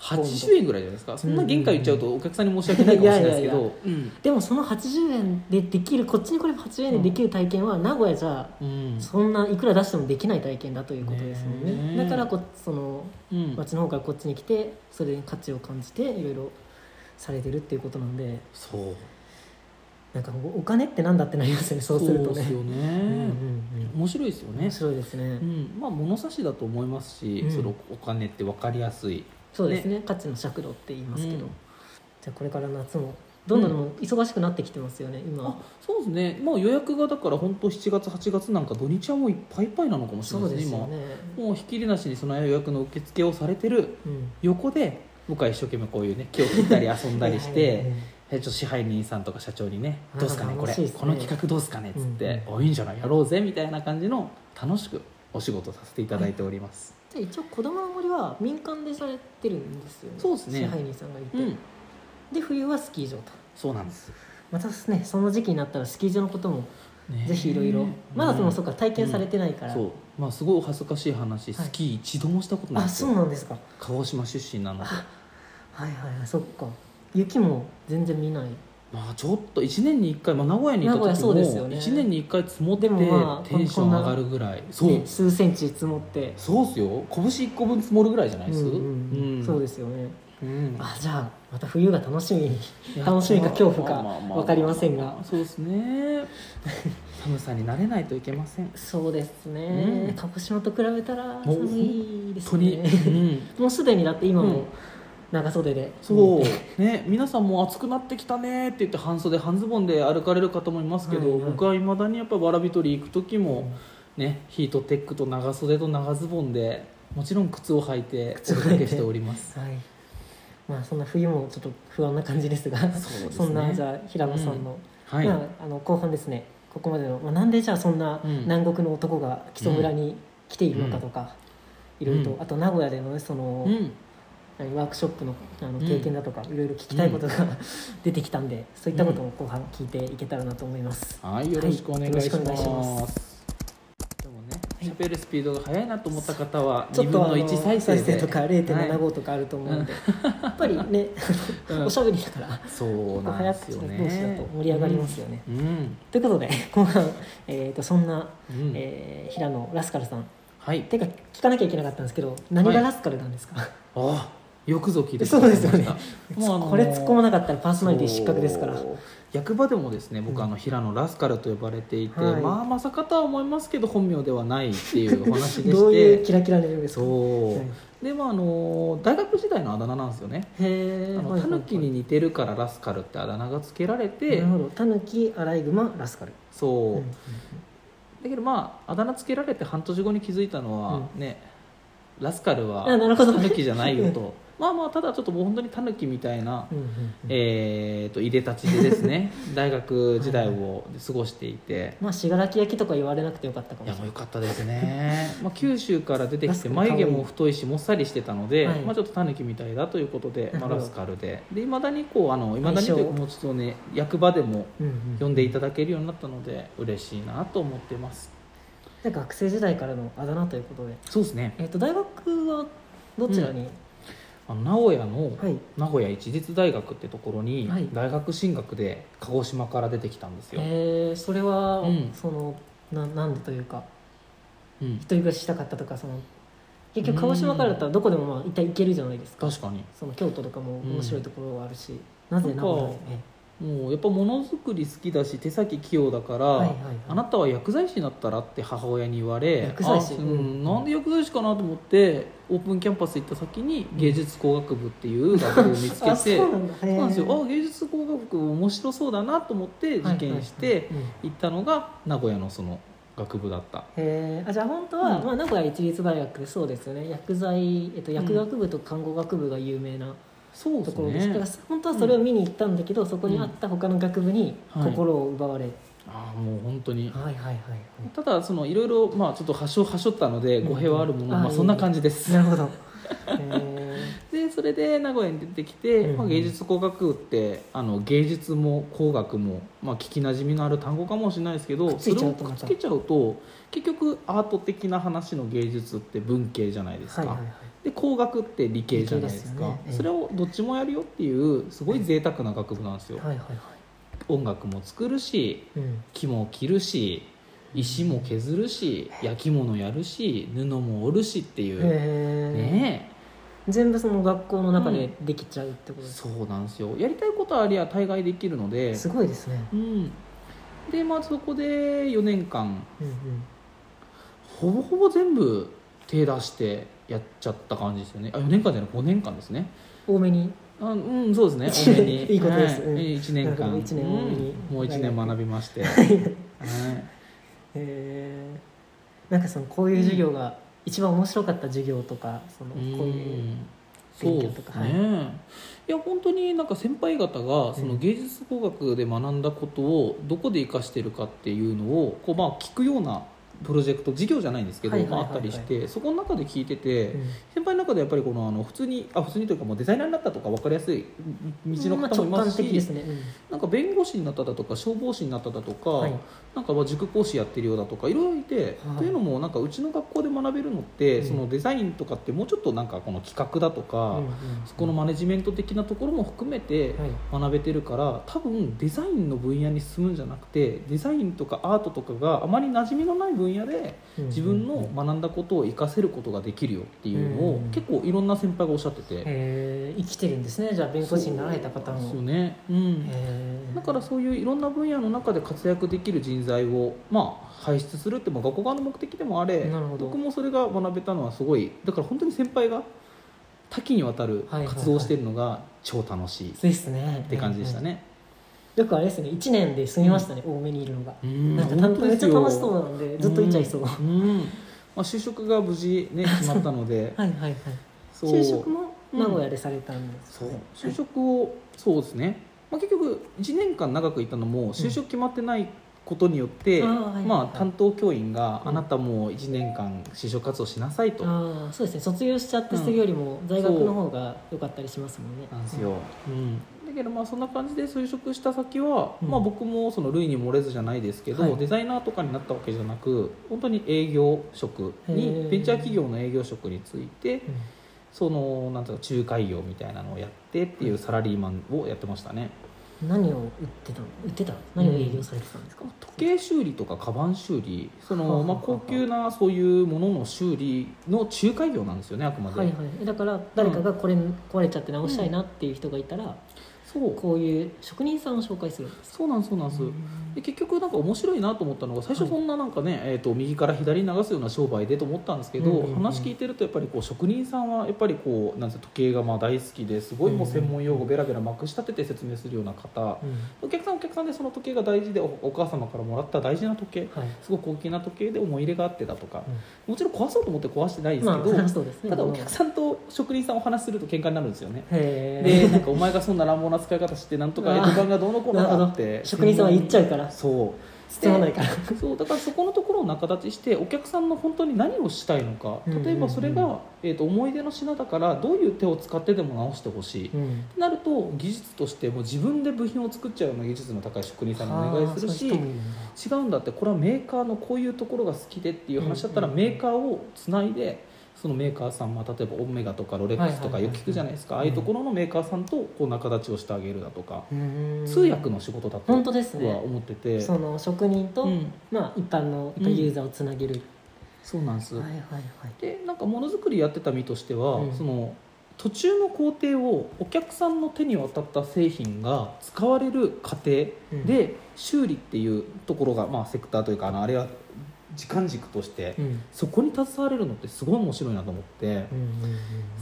[SPEAKER 2] 80円ぐらいじゃないですかそんな限界言っちゃうとお客さんに申し訳ないかもしれないですけ
[SPEAKER 1] いや
[SPEAKER 2] どうん
[SPEAKER 1] でもその80円でできるこっちにこれ80円でできる体験は名古屋じゃ
[SPEAKER 2] うん
[SPEAKER 1] そんないくら出してもできない体験だということですもんね
[SPEAKER 2] ねえ
[SPEAKER 1] だからこその
[SPEAKER 2] うん
[SPEAKER 1] 町の方からこっちに来てそれに価値を感じていろいろされてるっていうことなんで
[SPEAKER 2] そう
[SPEAKER 1] なんかおお金ってなんだってなりますよねそうすると
[SPEAKER 2] で
[SPEAKER 1] ね
[SPEAKER 2] すよね、
[SPEAKER 1] うんうんうん
[SPEAKER 2] 面白いですよね
[SPEAKER 1] 面白いですね、
[SPEAKER 2] うん、まあ物差しだと思いますし、
[SPEAKER 1] うん
[SPEAKER 2] そのお金って分かりやすい
[SPEAKER 1] そうですね価値の尺度って言いますけど、
[SPEAKER 2] うん
[SPEAKER 1] じゃあこれから夏もどんどんもう忙しくなってきてますよね今、
[SPEAKER 2] あそうですねもう予約がだから本当7月8月なんか土日はもういっぱいいっぱいなのかもし
[SPEAKER 1] そ
[SPEAKER 2] れな
[SPEAKER 1] う
[SPEAKER 2] いで
[SPEAKER 1] ですす
[SPEAKER 2] ね
[SPEAKER 1] よね、
[SPEAKER 2] 今もうひっきりなしにその予約の受付をされてる
[SPEAKER 1] うん、
[SPEAKER 2] 横で僕は一生懸命こういうね気を切ったり遊んだりし
[SPEAKER 1] はいはいは
[SPEAKER 2] て
[SPEAKER 1] い
[SPEAKER 2] (laughs) えちょっと支配人さんとか社長にね「
[SPEAKER 1] あー
[SPEAKER 2] どうすかねこれ
[SPEAKER 1] 楽しいですね
[SPEAKER 2] この企画どうすかね」っつって「
[SPEAKER 1] う
[SPEAKER 2] おいいんじゃないやろうぜ」みたいな感じの楽しくお仕事させていただいております、
[SPEAKER 1] じゃあ一応子供の森は民間でされてるんですよね
[SPEAKER 2] そうですね
[SPEAKER 1] 支配人さんがいて、
[SPEAKER 2] うん
[SPEAKER 1] で冬はスキー場と
[SPEAKER 2] そうなんです、
[SPEAKER 1] またねその時期になったらスキー場のことも
[SPEAKER 2] ね
[SPEAKER 1] ぜひいろいろまだそのそう
[SPEAKER 2] う
[SPEAKER 1] か体験されてないから、
[SPEAKER 2] そうまあすごいお恥ずかしい話、
[SPEAKER 1] はい
[SPEAKER 2] スキー一度もしたことないん
[SPEAKER 1] あ
[SPEAKER 2] です
[SPEAKER 1] そ
[SPEAKER 2] よ
[SPEAKER 1] うなんですか
[SPEAKER 2] 鹿児島出身なので
[SPEAKER 1] はいはいはいそっか雪も全然見ない
[SPEAKER 2] まあちょっと1年に1回、まあ、名古屋にいた
[SPEAKER 1] 名古屋
[SPEAKER 2] 時
[SPEAKER 1] そ
[SPEAKER 2] も
[SPEAKER 1] うですよね
[SPEAKER 2] 1年に1回積もっ
[SPEAKER 1] で
[SPEAKER 2] て
[SPEAKER 1] もまあ
[SPEAKER 2] テンション上がるぐらいそう、
[SPEAKER 1] ね、数センチ積もって
[SPEAKER 2] そうっすよ拳1個分積もるぐらいじゃないです、
[SPEAKER 1] うんうんそうですすよね
[SPEAKER 2] うん
[SPEAKER 1] あじゃあまた冬が楽しみに
[SPEAKER 2] いや
[SPEAKER 1] 楽しみか恐怖か
[SPEAKER 2] まあまあまあ
[SPEAKER 1] わかりませんが
[SPEAKER 2] そうで
[SPEAKER 1] (laughs)
[SPEAKER 2] すね寒さに慣れないといけません
[SPEAKER 1] そうですね、
[SPEAKER 2] うん
[SPEAKER 1] 鹿児島と比べたら
[SPEAKER 2] もう
[SPEAKER 1] 寒いです
[SPEAKER 2] 本当に、
[SPEAKER 1] ね
[SPEAKER 2] う
[SPEAKER 1] (laughs)
[SPEAKER 2] ん、
[SPEAKER 1] もうすでにだって今
[SPEAKER 2] うん
[SPEAKER 1] も長袖で、
[SPEAKER 2] そうね皆さんも暑くなってきたねって言って半袖半ズボンで歩かれる方もいますけど、
[SPEAKER 1] はいはい
[SPEAKER 2] 僕はいまだにやっぱわらび取り行く時も、
[SPEAKER 1] うん
[SPEAKER 2] ね、ヒートテックと長袖と長ズボンでもちろん靴を履いてお
[SPEAKER 1] 靴を
[SPEAKER 2] 出
[SPEAKER 1] 履いて
[SPEAKER 2] かけしております
[SPEAKER 1] はいまあそんな冬もちょっと不安な感じですが
[SPEAKER 2] うですね
[SPEAKER 1] んなじゃあ平野さんの、
[SPEAKER 2] はい、
[SPEAKER 1] まあ、あの後半ですねここまでの、まあ、なんでじゃあそんな
[SPEAKER 2] うん
[SPEAKER 1] 南国の男が木曽村に来ているのかとか、
[SPEAKER 2] うん
[SPEAKER 1] いろいろ
[SPEAKER 2] う
[SPEAKER 1] とあと名古屋でのねその、
[SPEAKER 2] うん、
[SPEAKER 1] 何ワークショップのあの
[SPEAKER 2] うん
[SPEAKER 1] 経験だとか、いろいろ聞きたいことが、 (laughs) 出てきたんでそういったことも後半聞いていけたらなと思います。
[SPEAKER 2] はいよろしくお願いします,、
[SPEAKER 1] はいよろしくお願いしま
[SPEAKER 2] でもね
[SPEAKER 1] い
[SPEAKER 2] 喋るスピードが速いなと思った方は
[SPEAKER 1] ちょ
[SPEAKER 2] 2
[SPEAKER 1] っ
[SPEAKER 2] 分
[SPEAKER 1] とあ
[SPEAKER 2] の1再生で
[SPEAKER 1] とか
[SPEAKER 2] はい
[SPEAKER 1] 0.75とかあると思うんで、やっぱりね、
[SPEAKER 2] (laughs) うん
[SPEAKER 1] おしゃべりだから
[SPEAKER 2] そう
[SPEAKER 1] 結構
[SPEAKER 2] なん
[SPEAKER 1] 早
[SPEAKER 2] です
[SPEAKER 1] 口
[SPEAKER 2] よ
[SPEAKER 1] の
[SPEAKER 2] ね
[SPEAKER 1] 講師だと盛り上がりますよね。
[SPEAKER 2] うん、うん
[SPEAKER 1] ということで後半、えー、とそんな、
[SPEAKER 2] うん
[SPEAKER 1] えー平野ラスカルさん
[SPEAKER 2] はい
[SPEAKER 1] てか聞かなきゃいけなかったんですけど何がラスカルなんですか、
[SPEAKER 2] ああよくぞ聞いて
[SPEAKER 1] そうですよね
[SPEAKER 2] くださいましたもうあのー
[SPEAKER 1] これ突っ込まなかったらパーソナリティ失格ですから
[SPEAKER 2] そう役場でもですね僕、あの平野ラスカルと呼ばれていて、
[SPEAKER 1] はい
[SPEAKER 2] まあまさかとは思いますけど本名ではないっていうお話でし
[SPEAKER 1] (laughs)
[SPEAKER 2] て
[SPEAKER 1] どういうキラキラの色ですか
[SPEAKER 2] そう、
[SPEAKER 1] はい
[SPEAKER 2] でまああの大学時代のあだ名なんですよね
[SPEAKER 1] へ
[SPEAKER 2] あのタヌキに似てるからラスカルってあだ名が付けられて、
[SPEAKER 1] てなるほどタヌキアライグマラスカル
[SPEAKER 2] そう、
[SPEAKER 1] うん
[SPEAKER 2] だけどまああだ名付けられて半年後に気づいたのは、ねラスカルは
[SPEAKER 1] あなるほど
[SPEAKER 2] タヌキじゃないよ
[SPEAKER 1] (laughs)
[SPEAKER 2] とまあまあただちょっともう本当にタヌキみたいな
[SPEAKER 1] うんうんうん
[SPEAKER 2] えー、といでたちでで
[SPEAKER 1] (laughs)
[SPEAKER 2] すね大学時代を過ごしていて、
[SPEAKER 1] まあ信楽焼きとか言われなくてよかったか
[SPEAKER 2] い、
[SPEAKER 1] も
[SPEAKER 2] や
[SPEAKER 1] しれ
[SPEAKER 2] も
[SPEAKER 1] ない
[SPEAKER 2] うよかったですね (laughs) まあ九州から出て
[SPEAKER 1] ラ
[SPEAKER 2] き
[SPEAKER 1] スカ
[SPEAKER 2] て
[SPEAKER 1] ル
[SPEAKER 2] 眉毛も太いしもっさりしてたので、
[SPEAKER 1] はい
[SPEAKER 2] まあ、ちょっとタヌキみたいだということで、まあ、
[SPEAKER 1] なるほ
[SPEAKER 2] ラ
[SPEAKER 1] ど
[SPEAKER 2] スカルでいまだにこうあの未だにというか
[SPEAKER 1] 愛称
[SPEAKER 2] もうちょっとね役場でも
[SPEAKER 1] うんうん
[SPEAKER 2] 呼んでいただけるようになったので嬉しいなと思ってます
[SPEAKER 1] で学生時代からのあだ名ということで、
[SPEAKER 2] そうですね
[SPEAKER 1] えー、と大学はどちらに、
[SPEAKER 2] あの名古屋の、
[SPEAKER 1] はい
[SPEAKER 2] 名古屋市立大学ってところに
[SPEAKER 1] はい
[SPEAKER 2] 大学進学で鹿児島から出てきたんですよ、
[SPEAKER 1] えーそれは、
[SPEAKER 2] うん
[SPEAKER 1] そのななんでというか
[SPEAKER 2] うん
[SPEAKER 1] 一人暮らししたかったとかその結局鹿児島からだったらどこでもまあ一体行けるじゃないですか
[SPEAKER 2] 確かに
[SPEAKER 1] その京都とかも面白いところはあるし、なぜ名古屋でね
[SPEAKER 2] もうやっぱものづくり好きだし手先器用だから、
[SPEAKER 1] はいはいはい
[SPEAKER 2] あなたは薬剤師になったらって母親に言われ
[SPEAKER 1] 薬剤師
[SPEAKER 2] あう
[SPEAKER 1] うん
[SPEAKER 2] ん、なんで薬剤師かなと思ってオープンキャンパス行った先に芸術工学部っ
[SPEAKER 1] (laughs)
[SPEAKER 2] ていう学部を見つけて
[SPEAKER 1] あそうなんだへー
[SPEAKER 2] そうなんですよあ芸術工学部面白そうだなと思って受験して、
[SPEAKER 1] はいはいはいうん
[SPEAKER 2] 行ったのが名古屋のその学部だった
[SPEAKER 1] へーあじゃあ本当は、
[SPEAKER 2] うん
[SPEAKER 1] まあ、名古屋一律大学でそうですよね薬剤、えっと、
[SPEAKER 2] ん
[SPEAKER 1] 薬学部と看護学部が有名な
[SPEAKER 2] そうで
[SPEAKER 1] と
[SPEAKER 2] す
[SPEAKER 1] ころです、だから
[SPEAKER 2] ね
[SPEAKER 1] 本当はそれを見に行ったんだけど、そこにあった他の学部に
[SPEAKER 2] はい
[SPEAKER 1] 心を奪われ、
[SPEAKER 2] ああもう本当に
[SPEAKER 1] はい、はいはいはい
[SPEAKER 2] ただそのいろいろまあちょっとはしょはしょったので
[SPEAKER 1] うん
[SPEAKER 2] 語弊はあるものの、
[SPEAKER 1] あー
[SPEAKER 2] まあ、
[SPEAKER 1] いい
[SPEAKER 2] そんな感じです
[SPEAKER 1] なる (laughs) ほどへ
[SPEAKER 2] でそれで名古屋に出てきて、
[SPEAKER 1] うん
[SPEAKER 2] まあ、芸術工学部ってあの芸術も工学も、まあ、聞きなじみのある単語かもしれないですけど
[SPEAKER 1] くっついちゃうと
[SPEAKER 2] それ
[SPEAKER 1] ま
[SPEAKER 2] をくったつけちゃうと結局アート的な話の芸術って文系じゃないですか、
[SPEAKER 1] はいはいはい
[SPEAKER 2] で工学って理系じゃないで
[SPEAKER 1] 理
[SPEAKER 2] す
[SPEAKER 1] 系です
[SPEAKER 2] か
[SPEAKER 1] よねうん
[SPEAKER 2] それをどっちもやるよっていうすごい贅沢な学部なんですよ、
[SPEAKER 1] はいはいはい
[SPEAKER 2] 音楽も作るし
[SPEAKER 1] うん
[SPEAKER 2] 木も切るし石も削るし焼き物やるし布も織るしっていう
[SPEAKER 1] へえ、
[SPEAKER 2] ねえ
[SPEAKER 1] 全部その学校の中でできちゃうってことですか、
[SPEAKER 2] そうなんですよやりたいことありゃ大概できるのです
[SPEAKER 1] ごいですね
[SPEAKER 2] うんでまあそこで4年間
[SPEAKER 1] うんうん
[SPEAKER 2] ほぼほぼ全部手出してやっちゃった感じですよねあ4年間じゃない5年間ですね
[SPEAKER 1] 多めに
[SPEAKER 2] あうんそうですね多めに
[SPEAKER 1] (laughs) いいことです
[SPEAKER 2] は
[SPEAKER 1] うん
[SPEAKER 2] い、1年
[SPEAKER 1] なるほ
[SPEAKER 2] 間
[SPEAKER 1] ど (laughs) 一年多めに
[SPEAKER 2] うんもう1年学びまして、はい
[SPEAKER 1] えー、なんかそのこういう授業が一番面白かった授業とかそのこういう
[SPEAKER 2] うんそう
[SPEAKER 1] 勉
[SPEAKER 2] で
[SPEAKER 1] 強
[SPEAKER 2] す
[SPEAKER 1] とか
[SPEAKER 2] ね、い、や本当になんか先輩方がその芸術工学で学んだことをどこで活かしてるかっていうのをこうまあ聞くようなプロジェクト事業じゃないんですけど、
[SPEAKER 1] はいはいはいはい
[SPEAKER 2] まああったりしてそこの中で聞いてて、
[SPEAKER 1] うん
[SPEAKER 2] 先輩の中でやっぱりこのあの普通にあ普通にというかもうデザイナーになったとか分かりやすい道の方もい
[SPEAKER 1] まあ
[SPEAKER 2] ま
[SPEAKER 1] 直感
[SPEAKER 2] すし、
[SPEAKER 1] 的ですね、うん
[SPEAKER 2] なんか弁護士になっただとか消防士になっただとか、
[SPEAKER 1] はい
[SPEAKER 2] なんかまあ塾講師やってるようだとかいろいろいて、
[SPEAKER 1] はい
[SPEAKER 2] というのもなんかうちの学校で学べるのって、
[SPEAKER 1] うん
[SPEAKER 2] そのデザインとかってもうちょっとなんかこの企画だとか、
[SPEAKER 1] うんうん
[SPEAKER 2] そこのマネジメント的なところも含めて
[SPEAKER 1] はい
[SPEAKER 2] 学べてるから多分デザインの分野に進むんじゃなくてデザインとかアートとかがあまり馴染みのない分野で
[SPEAKER 1] うん
[SPEAKER 2] 自分の学んだことを活かせることができるよっていうの
[SPEAKER 1] う
[SPEAKER 2] を
[SPEAKER 1] ん
[SPEAKER 2] 結構いろんな先輩がおっしゃってて
[SPEAKER 1] えー生きてるんですねじゃあ弁護士になられた方
[SPEAKER 2] そうですよ
[SPEAKER 1] も、
[SPEAKER 2] ね、うん、
[SPEAKER 1] えー
[SPEAKER 2] だからそういういろんな分野の中で活躍できる人材を、まあ、輩出するっても学校側の目的でもあれ
[SPEAKER 1] なるほど
[SPEAKER 2] 僕もそれが学べたのはすごいだから本当に先輩が多岐にわたる
[SPEAKER 1] はいはいはい
[SPEAKER 2] 活動をしているのが超楽しいっ
[SPEAKER 1] ですね
[SPEAKER 2] て感じでしたね。
[SPEAKER 1] よくあれですね1年で済みましたね、多めにいるのが、
[SPEAKER 2] うん
[SPEAKER 1] なんか担当めっちゃ楽しそううなんでずっといちゃいそう、
[SPEAKER 2] ん
[SPEAKER 1] は
[SPEAKER 2] うんまあ、就職が無事、ね、決まったので
[SPEAKER 1] いはいはい
[SPEAKER 2] そう
[SPEAKER 1] (laughs) 就職も名古屋でされたんです
[SPEAKER 2] そう
[SPEAKER 1] ね、
[SPEAKER 2] 就職をそうですね、まあ、結局1年間長くいたのも就職決まってないことによって、
[SPEAKER 1] あーはいはいはい
[SPEAKER 2] まあ、担当教員が
[SPEAKER 1] うん
[SPEAKER 2] あなたも1年間就職活動しなさいと、
[SPEAKER 1] ああそうですね卒業しちゃってするよりも在学の方が良かったりしますもんね
[SPEAKER 2] なんですよ、うんだけどまあそんな感じで就職した先は、
[SPEAKER 1] うん
[SPEAKER 2] まあ、僕もその類に漏れずじゃないですけど、
[SPEAKER 1] はい
[SPEAKER 2] デザイナーとかになったわけじゃなく本当に営業職
[SPEAKER 1] へ
[SPEAKER 2] に
[SPEAKER 1] ー
[SPEAKER 2] ベンチャー企業の営業職について
[SPEAKER 1] うん
[SPEAKER 2] そのなんていうか仲介業みたいなのをやってっていうサラリーマンをやってましたね。
[SPEAKER 1] 何を売ってたの売ってた何を営業されてたんですか、
[SPEAKER 2] 時計修理とかカバン修理そ
[SPEAKER 1] はあはあ
[SPEAKER 2] の、
[SPEAKER 1] はあ
[SPEAKER 2] まあ、高級なそういうものの修理の仲介業なんですよねあくまで、
[SPEAKER 1] はいはいだから誰かがこれ壊れちゃって直したいなっていう人がいたら、
[SPEAKER 2] そう
[SPEAKER 1] こういう職人さんを紹介するんです
[SPEAKER 2] そうなんですそうなんです、
[SPEAKER 1] うん
[SPEAKER 2] で結局なんか面白いなと思ったのが最
[SPEAKER 1] は
[SPEAKER 2] 初
[SPEAKER 1] い
[SPEAKER 2] そんななんかね、えー、と右から左に流すような商売でと思ったんですけど、
[SPEAKER 1] うんうんうん
[SPEAKER 2] 話聞いてるとやっぱりこう職人さんはやっぱりこうなんていうの時計がまあ大好きですごいもう専門用語ベラベラまくし立てて説明するような方お客さんお客さんでその時計が大事でおお母様からもらった大事な時計
[SPEAKER 1] はい
[SPEAKER 2] すごく高級な時計で思い入れがあってだとか、
[SPEAKER 1] う
[SPEAKER 2] もちろん壊そうと思って壊してないですけ
[SPEAKER 1] まあ
[SPEAKER 2] ど、
[SPEAKER 1] そりゃそうですね
[SPEAKER 2] ただお客さんと職人さんお話しすると喧嘩になるんですよねで
[SPEAKER 1] へ
[SPEAKER 2] なんかお前がそんな乱暴な使い方してなんとか
[SPEAKER 1] あ
[SPEAKER 2] エ
[SPEAKER 1] ー
[SPEAKER 2] ト版がどうの
[SPEAKER 1] え
[SPEAKER 2] こうの
[SPEAKER 1] なるほ
[SPEAKER 2] だ
[SPEAKER 1] ど
[SPEAKER 2] って
[SPEAKER 1] 職人さんは言っちゃうから
[SPEAKER 2] そう
[SPEAKER 1] 必要ないから
[SPEAKER 2] そうだからそこのところを仲立ちしてお客さんの本当に何をしたいのか
[SPEAKER 1] うんうんうん
[SPEAKER 2] 例えばそれが、えー、と思い出の品だからどういう手を使ってでも直してほしい、
[SPEAKER 1] うん
[SPEAKER 2] なると技術としてもう自分で部品を作っちゃうような技術の高い職人さんにお願いするし
[SPEAKER 1] あーそういう人もいるんだ
[SPEAKER 2] 違うんだってこれはメーカーのこういうところが好きでっていう話だったら
[SPEAKER 1] うんうんうん
[SPEAKER 2] メーカーをつないでそのメーカーさん、まあ、例えばオメガとかロレックスと
[SPEAKER 1] は
[SPEAKER 2] か
[SPEAKER 1] いはいはい
[SPEAKER 2] よ
[SPEAKER 1] はい
[SPEAKER 2] く聞くじゃないですか、
[SPEAKER 1] うん
[SPEAKER 2] ああいうところのメーカーさんとこう仲立ちをしてあげるだとか、
[SPEAKER 1] うーん
[SPEAKER 2] 通訳の仕事だと
[SPEAKER 1] 本当です
[SPEAKER 2] 僕は
[SPEAKER 1] ね
[SPEAKER 2] 思ってて、
[SPEAKER 1] その職人と、
[SPEAKER 2] うん
[SPEAKER 1] まあ一般の一般ユーザーをつなげる、
[SPEAKER 2] そうなんです、
[SPEAKER 1] はいはいはい
[SPEAKER 2] でなんかものづくりやってた身としては、
[SPEAKER 1] うん
[SPEAKER 2] その途中の工程をお客さんの手に渡った製品が使われる過程で、修理っていうところが、まあ、セクターというかあのあれは時間軸として
[SPEAKER 1] うん
[SPEAKER 2] そこに携われるのってすごい面白いなと思って
[SPEAKER 1] うんうんうん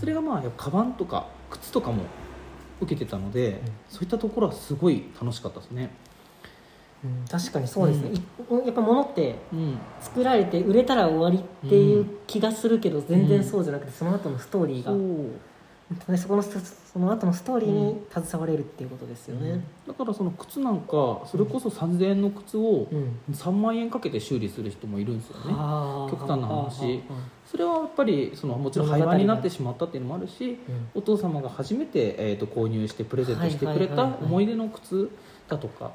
[SPEAKER 2] それがまあやっぱカバンとか靴とかも受けてたので、そういったところはすごい楽しかったですね、
[SPEAKER 1] うん確かにそうですね、いやっぱ物って
[SPEAKER 2] うん、
[SPEAKER 1] 作られて売れたら終わりっていう気がするけど、全然そうじゃなくてその後のストーリーが、
[SPEAKER 2] そう
[SPEAKER 1] でそこのスその後のストーリーに携われるっていうことですよね、
[SPEAKER 2] だからその靴なんかそれこそ3000円の靴を
[SPEAKER 1] うん
[SPEAKER 2] 3万円かけて修理する人もいるんですよね、
[SPEAKER 1] あー
[SPEAKER 2] 極端な
[SPEAKER 1] あ
[SPEAKER 2] 話
[SPEAKER 1] ーあーあ
[SPEAKER 2] それはやっぱりそのもちろん廃盤になってしまったっていうのもあるし
[SPEAKER 1] ーうん
[SPEAKER 2] お父様が初めて、えー、と購入してプレゼントしてくれ
[SPEAKER 1] はいはい
[SPEAKER 2] た
[SPEAKER 1] はいはい
[SPEAKER 2] 思い出の靴だとか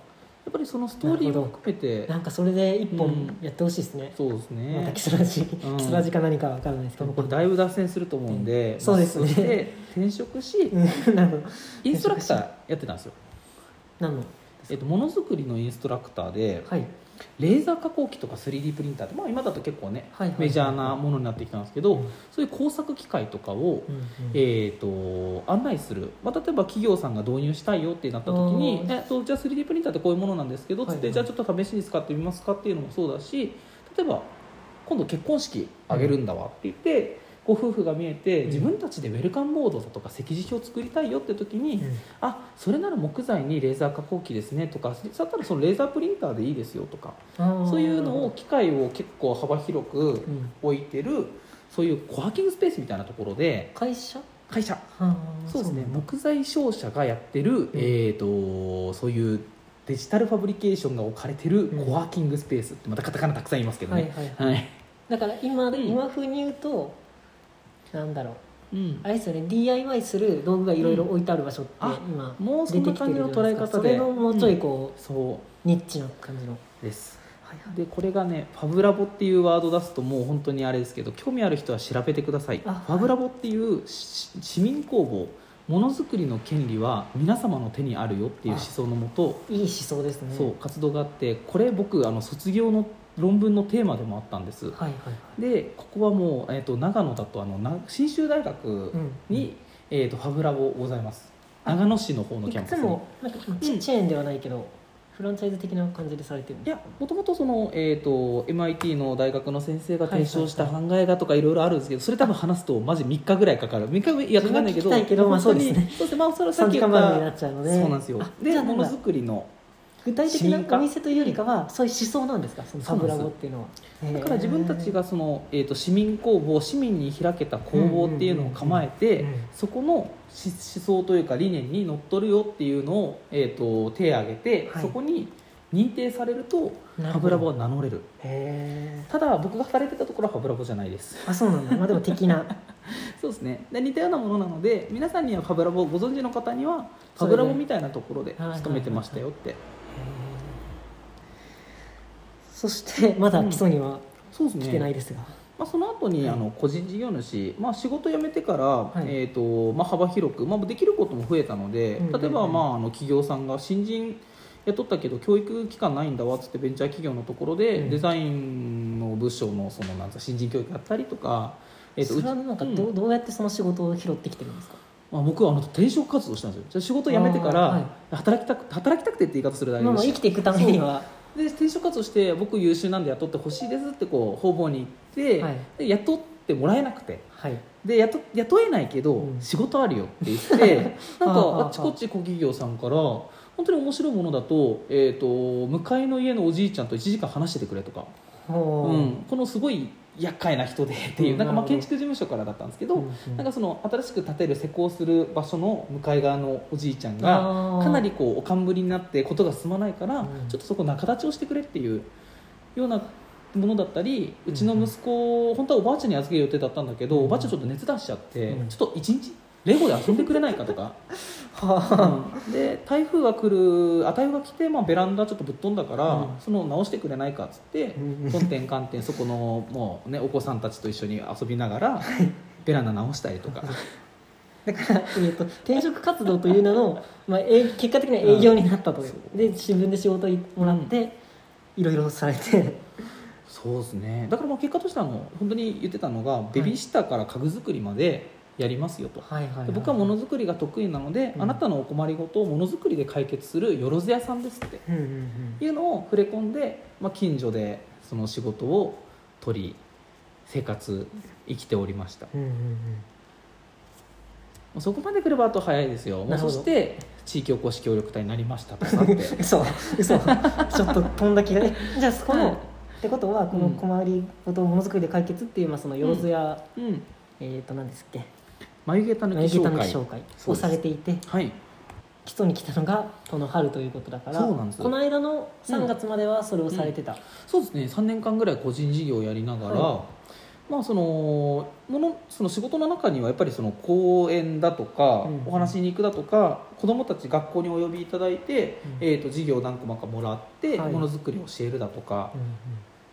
[SPEAKER 2] やっぱりそのストーリーも含めて
[SPEAKER 1] なんかそれで一本
[SPEAKER 2] うん
[SPEAKER 1] やってほしいですね、
[SPEAKER 2] そうですね
[SPEAKER 1] また木更津
[SPEAKER 2] ん
[SPEAKER 1] 木更津か何かわからないですけ
[SPEAKER 2] 多
[SPEAKER 1] ど
[SPEAKER 2] 分これだいぶ脱線すると思うんで、
[SPEAKER 1] うんそうですね
[SPEAKER 2] まあして転職し
[SPEAKER 1] うんなるほど
[SPEAKER 2] インストラクターやってたんですよ
[SPEAKER 1] 何のです
[SPEAKER 2] えっ
[SPEAKER 1] か、
[SPEAKER 2] と、ものづくりのインストラクターで、
[SPEAKER 1] はい、
[SPEAKER 2] レーザー加工機とか 3D プリンターって、まあ、今だと結構ね、
[SPEAKER 1] はいはいはい
[SPEAKER 2] メジャーなものになってきたんですけど、そういう工作機械とかを、
[SPEAKER 1] うんうん
[SPEAKER 2] えー、と案内する、まあ、例えば企業さんが導入したいよってなった時に
[SPEAKER 1] あ
[SPEAKER 2] えっとじゃあ 3D プリンターってこういうものなんですけどつって、
[SPEAKER 1] はいはい
[SPEAKER 2] じゃあちょっと試しに使ってみますかっていうのもそうだし例えば今度結婚式あげるんだわって言って、ご夫婦が見えて
[SPEAKER 1] うん
[SPEAKER 2] 自分たちでウェルカムボードだとか席次表作りたいよって時に、
[SPEAKER 1] うん
[SPEAKER 2] あそれなら木材にレーザー加工機ですねとかだったらそのレーザープリンターでいいですよとか
[SPEAKER 1] あー
[SPEAKER 2] そういうのを機械を結構幅広く
[SPEAKER 1] うん
[SPEAKER 2] 置いてるそういうコワーキングスペースみたいなところで
[SPEAKER 1] 会社
[SPEAKER 2] 会社
[SPEAKER 1] あー
[SPEAKER 2] そうですね
[SPEAKER 1] なんだ
[SPEAKER 2] 木材商社がやってる、えー、とそういうデジタルファブリケーションが置かれてる
[SPEAKER 1] うん
[SPEAKER 2] コワーキングスペースってまたカタカナたくさん言いますけど
[SPEAKER 1] はい
[SPEAKER 2] ね、
[SPEAKER 1] はいはい
[SPEAKER 2] はい
[SPEAKER 1] だから今,、
[SPEAKER 2] ん
[SPEAKER 1] 今風に言うとなんだろう
[SPEAKER 2] うん
[SPEAKER 1] あれですよね DIY する道具がいろいろ置いてある場所って
[SPEAKER 2] うんあ
[SPEAKER 1] 今
[SPEAKER 2] もうそ
[SPEAKER 1] 出
[SPEAKER 2] ん
[SPEAKER 1] て
[SPEAKER 2] な
[SPEAKER 1] きて
[SPEAKER 2] 感
[SPEAKER 1] る
[SPEAKER 2] じ
[SPEAKER 1] じゃ
[SPEAKER 2] の
[SPEAKER 1] ないで
[SPEAKER 2] 捉え
[SPEAKER 1] すかそ
[SPEAKER 2] 方で
[SPEAKER 1] れのもうちょいこ
[SPEAKER 2] うんそ
[SPEAKER 1] うんニッチな感じの
[SPEAKER 2] うです
[SPEAKER 1] はいはい
[SPEAKER 2] でこれがねファブラボっていうワード出すともう本当にあれですけど興味ある人は調べてくださいフ
[SPEAKER 1] あ
[SPEAKER 2] ァブラボっていうし市民工房ものづくりの権利は皆様の手にあるよっていう思想のもと
[SPEAKER 1] いい思想ですね
[SPEAKER 2] そう活動があってこれ僕あの卒業の論文のテーマでもあったんです
[SPEAKER 1] はいはいはい
[SPEAKER 2] でここはもう、えー、と長野だとあのな信州大学に、えー、とファブラボございます
[SPEAKER 1] あ
[SPEAKER 2] 長野市の方
[SPEAKER 1] う
[SPEAKER 2] の
[SPEAKER 1] んい
[SPEAKER 2] キャンパ
[SPEAKER 1] つ
[SPEAKER 2] スに
[SPEAKER 1] もなんかチェチェーンではないけどフランチャイズ的な感じでされてるんで
[SPEAKER 2] い
[SPEAKER 1] す
[SPEAKER 2] やもともとその、えー、と MIT の大学の先生が提唱した
[SPEAKER 1] はい
[SPEAKER 2] 考えがとかいろいろあるんですけどそれ多分話すとマジ3日ぐらいかかる3日いやかかんないけ
[SPEAKER 1] 自分
[SPEAKER 2] ど
[SPEAKER 1] は聞きたいけどまあ
[SPEAKER 2] 本当に
[SPEAKER 1] そうですね
[SPEAKER 2] そうですねまあそれはさっ
[SPEAKER 1] 3
[SPEAKER 2] き
[SPEAKER 1] 時
[SPEAKER 2] 言
[SPEAKER 1] 間
[SPEAKER 2] っ
[SPEAKER 1] 番組にな
[SPEAKER 2] た
[SPEAKER 1] っちゃうので
[SPEAKER 2] そうなんですよ
[SPEAKER 1] あじゃ
[SPEAKER 2] で
[SPEAKER 1] あな
[SPEAKER 2] も
[SPEAKER 1] ん
[SPEAKER 2] の
[SPEAKER 1] か
[SPEAKER 2] づくりの
[SPEAKER 1] 具体的
[SPEAKER 2] 市民
[SPEAKER 1] な
[SPEAKER 2] 化
[SPEAKER 1] お店というよりかはそういう思想なんですかそのサブラボっていうのは
[SPEAKER 2] だから自分たちがその、えー、と市民工房市民に開けた工房っていうのを構えて、
[SPEAKER 1] うんうんうんうんうん
[SPEAKER 2] そこの思想というか理念にのっとるよっていうのを、えー、と手を挙げて、
[SPEAKER 1] はい
[SPEAKER 2] そこに認定されると
[SPEAKER 1] なるほど
[SPEAKER 2] ハブラボは名乗れる
[SPEAKER 1] へえ
[SPEAKER 2] ただ僕が働いてたところはハブラボじゃないです
[SPEAKER 1] あそうなんだまあでも的な
[SPEAKER 2] そうですねで似たようなものなので皆さんにはハブラボご存知の方にはハ
[SPEAKER 1] それ
[SPEAKER 2] ブ
[SPEAKER 1] で
[SPEAKER 2] ラボみたいなところで勤めてましたよって、
[SPEAKER 1] そして (laughs) まだ基礎には
[SPEAKER 2] そうですね
[SPEAKER 1] 来てないですが、
[SPEAKER 2] まあ、その後に、
[SPEAKER 1] はい
[SPEAKER 2] あの個人事業主、まあ、仕事辞めてから、
[SPEAKER 1] い
[SPEAKER 2] えーとまあ、幅広く、まあ、できることも増えたの
[SPEAKER 1] う
[SPEAKER 2] で、
[SPEAKER 1] んうんうん
[SPEAKER 2] 例えば、まあ、あの企業さんが新人雇ったけど教育機関ないんだわっつってベンチャー企業のところで、
[SPEAKER 1] うん
[SPEAKER 2] デザインの部署のそのなんつう新人教育やったりとか、えーと
[SPEAKER 1] それはなんか
[SPEAKER 2] うち
[SPEAKER 1] ど,、う
[SPEAKER 2] うん
[SPEAKER 1] どうやってその仕事を拾ってきてるんですか
[SPEAKER 2] まあ、僕はあの転職活動したんですよじゃあ仕事辞めてから、
[SPEAKER 1] あーは
[SPEAKER 2] 働きたく働きたくてって言い方するだけ
[SPEAKER 1] まあ
[SPEAKER 2] で
[SPEAKER 1] まあ生きていくためには
[SPEAKER 2] で転職活動して僕優秀なんで雇ってほしいですってこう方々に言って、
[SPEAKER 1] はい
[SPEAKER 2] で雇ってもらえなくて。
[SPEAKER 1] はい
[SPEAKER 2] で雇雇えないけど、
[SPEAKER 1] うん
[SPEAKER 2] 仕事あるよって言って
[SPEAKER 1] (laughs)
[SPEAKER 2] なん
[SPEAKER 1] ああああ
[SPEAKER 2] かあっちこっち小企業さんから本当に面白いものだと,、えー、と向かいの家のおじいちゃんと1時間話しててくれとか、
[SPEAKER 1] ほ
[SPEAKER 2] うんこのすごい厄介な人でっていうう、
[SPEAKER 1] ん
[SPEAKER 2] なんか
[SPEAKER 1] なる
[SPEAKER 2] まあ
[SPEAKER 1] ほど
[SPEAKER 2] 建築事務所からだったんですけど、
[SPEAKER 1] うんうん
[SPEAKER 2] なんかその新しく建てる施工する場所の向かい側のおじいちゃん
[SPEAKER 1] あ
[SPEAKER 2] が
[SPEAKER 1] ー
[SPEAKER 2] かなりこうおかんぶりになってことが進まないから、
[SPEAKER 1] うん
[SPEAKER 2] ちょっとそこ仲立ちをしてくれっていうようなものだったりうちの息子、本当はおばあちゃんに預ける予定だったんだけど、
[SPEAKER 1] うん
[SPEAKER 2] おばあちゃんちょっと熱出しちゃって、
[SPEAKER 1] うん
[SPEAKER 2] ちょっと一日レゴで遊んでくれないかとか、
[SPEAKER 1] は
[SPEAKER 2] うんで台風が来るあ台風が来て、まあ、ベランダちょっとぶっ飛んだから、
[SPEAKER 1] うん
[SPEAKER 2] その直してくれないかっつって
[SPEAKER 1] うん
[SPEAKER 2] 本
[SPEAKER 1] (laughs)
[SPEAKER 2] 点観点そこのもう、ね、お子さんたちと一緒に遊びながらベランダ直したりとか。
[SPEAKER 1] (laughs) だから、えー、と転職活動という名の、 (laughs) まあ、えー結果的には営業になったという、で自分で仕事もらって、いろいろされて
[SPEAKER 2] そうですねだからまあ結果としてはあの本当に言ってたのがベビーシッターから家具作りまでやりますよと、
[SPEAKER 1] はいはい、
[SPEAKER 2] で僕はものづくりが得意なので、
[SPEAKER 1] うん
[SPEAKER 2] あなたのお困りごとをものづくりで解決するよろず屋さんですって
[SPEAKER 1] うんうんうん
[SPEAKER 2] いうのを触れ込んで、まあ、近所でその仕事を取り生活生きておりましたも
[SPEAKER 1] うんうんうん
[SPEAKER 2] うそこまで来ればあと早いですよも
[SPEAKER 1] な
[SPEAKER 2] う
[SPEAKER 1] るほ
[SPEAKER 2] そ
[SPEAKER 1] ど
[SPEAKER 2] して地域おこし協力隊になりましたとさって
[SPEAKER 1] (laughs) 嘘嘘ちょっと飛んだ気がえじゃあそこの、
[SPEAKER 2] はい
[SPEAKER 1] ってことはこの困りごとをものづくりで解決っていう、まあ、そのよろずや、
[SPEAKER 2] うん
[SPEAKER 1] えっ、と何ですっけ
[SPEAKER 2] 眉毛たぬき
[SPEAKER 1] 眉毛たぬき
[SPEAKER 2] 紹
[SPEAKER 1] 紹
[SPEAKER 2] 介
[SPEAKER 1] 介をされていて
[SPEAKER 2] はい
[SPEAKER 1] 基礎に来たのがこの春ということだから
[SPEAKER 2] そうなんですよ
[SPEAKER 1] この間の3月まではそれをされてた、
[SPEAKER 2] そうですね3年間ぐらい個人事業をやりながら、
[SPEAKER 1] は
[SPEAKER 2] まあ、そのものその仕事の中にはやっぱりその講演だとか、
[SPEAKER 1] うん
[SPEAKER 2] お話しに行くだとか子どもたち学校にお呼びいただいて、
[SPEAKER 1] うん
[SPEAKER 2] えー、と授業を何コマかもらって
[SPEAKER 1] はい
[SPEAKER 2] ものづくりを教えるだとか、
[SPEAKER 1] うんうん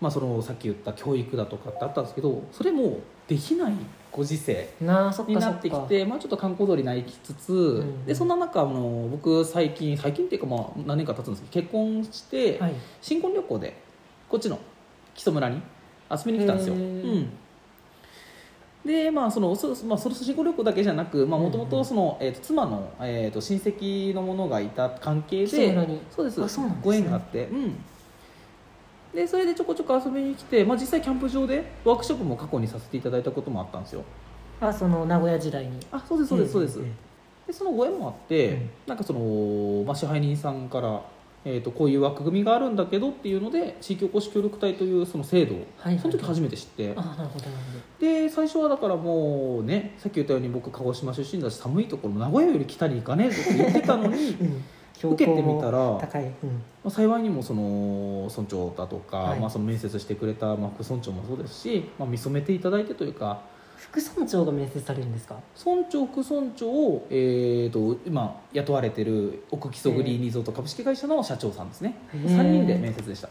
[SPEAKER 2] まあ、そのさっき言った教育だとかってあったんですけどそれもできないご時世
[SPEAKER 1] なあそっ
[SPEAKER 2] に
[SPEAKER 1] かそ
[SPEAKER 2] な
[SPEAKER 1] っ
[SPEAKER 2] ってき
[SPEAKER 1] か
[SPEAKER 2] て、まあ、ちょっと観光通りに行きつつ、
[SPEAKER 1] ん
[SPEAKER 2] でそんな中あの僕最近最近っていうかまあ何年か経つんですけど結婚して、
[SPEAKER 1] はい
[SPEAKER 2] 新婚旅行でこっちの木曽村に遊びに来たんですよ。
[SPEAKER 1] へ
[SPEAKER 2] う
[SPEAKER 1] ー
[SPEAKER 2] んでまあそのそまあ、その新婚旅行だけじゃなくもとも
[SPEAKER 1] うんう
[SPEAKER 2] と
[SPEAKER 1] ん
[SPEAKER 2] 妻の、えー、と親戚の者がいた関係
[SPEAKER 1] 木曽
[SPEAKER 2] で
[SPEAKER 1] 村に
[SPEAKER 2] そうです
[SPEAKER 1] あそうなんですね
[SPEAKER 2] ご縁があって、うん、でそれでちょこちょこ遊びに来て、まあ、実際キャンプ場でワークショップも過去にさせていただいたこともあったんですよ
[SPEAKER 1] あその名古屋時代に
[SPEAKER 2] あそうですそうですそうです、
[SPEAKER 1] んんん
[SPEAKER 2] でそのご縁もあって、
[SPEAKER 1] うん
[SPEAKER 2] なんかその、まあ、支配人さんから、えー、とこういう枠組みがあるんだけどっていうので地域おこし協力隊というその制度を、
[SPEAKER 1] はいはい
[SPEAKER 2] その時初めて知って
[SPEAKER 1] あなるほどなる
[SPEAKER 2] で最初はだからもうねさっき言ったように僕鹿児島出身だし寒いところ名古屋より北に行かねえぞって言ってたの
[SPEAKER 1] (laughs)
[SPEAKER 2] に
[SPEAKER 1] ほど、うん、
[SPEAKER 2] 受けてみ
[SPEAKER 1] ら
[SPEAKER 2] たら
[SPEAKER 1] 高い、うん
[SPEAKER 2] まあ、幸いにもその村長だとか、
[SPEAKER 1] はい
[SPEAKER 2] まあ、その面接してくれた、まあ、副村長もそうですし、まあ、見初めていただいてというか
[SPEAKER 1] 副村長が面接されるんですか
[SPEAKER 2] 村長副村長を、えー、と今雇われてる奥木曽グリーンリゾート株式会社の社長さんですね、
[SPEAKER 1] へ
[SPEAKER 2] 三
[SPEAKER 1] ー
[SPEAKER 2] 3人で面接でした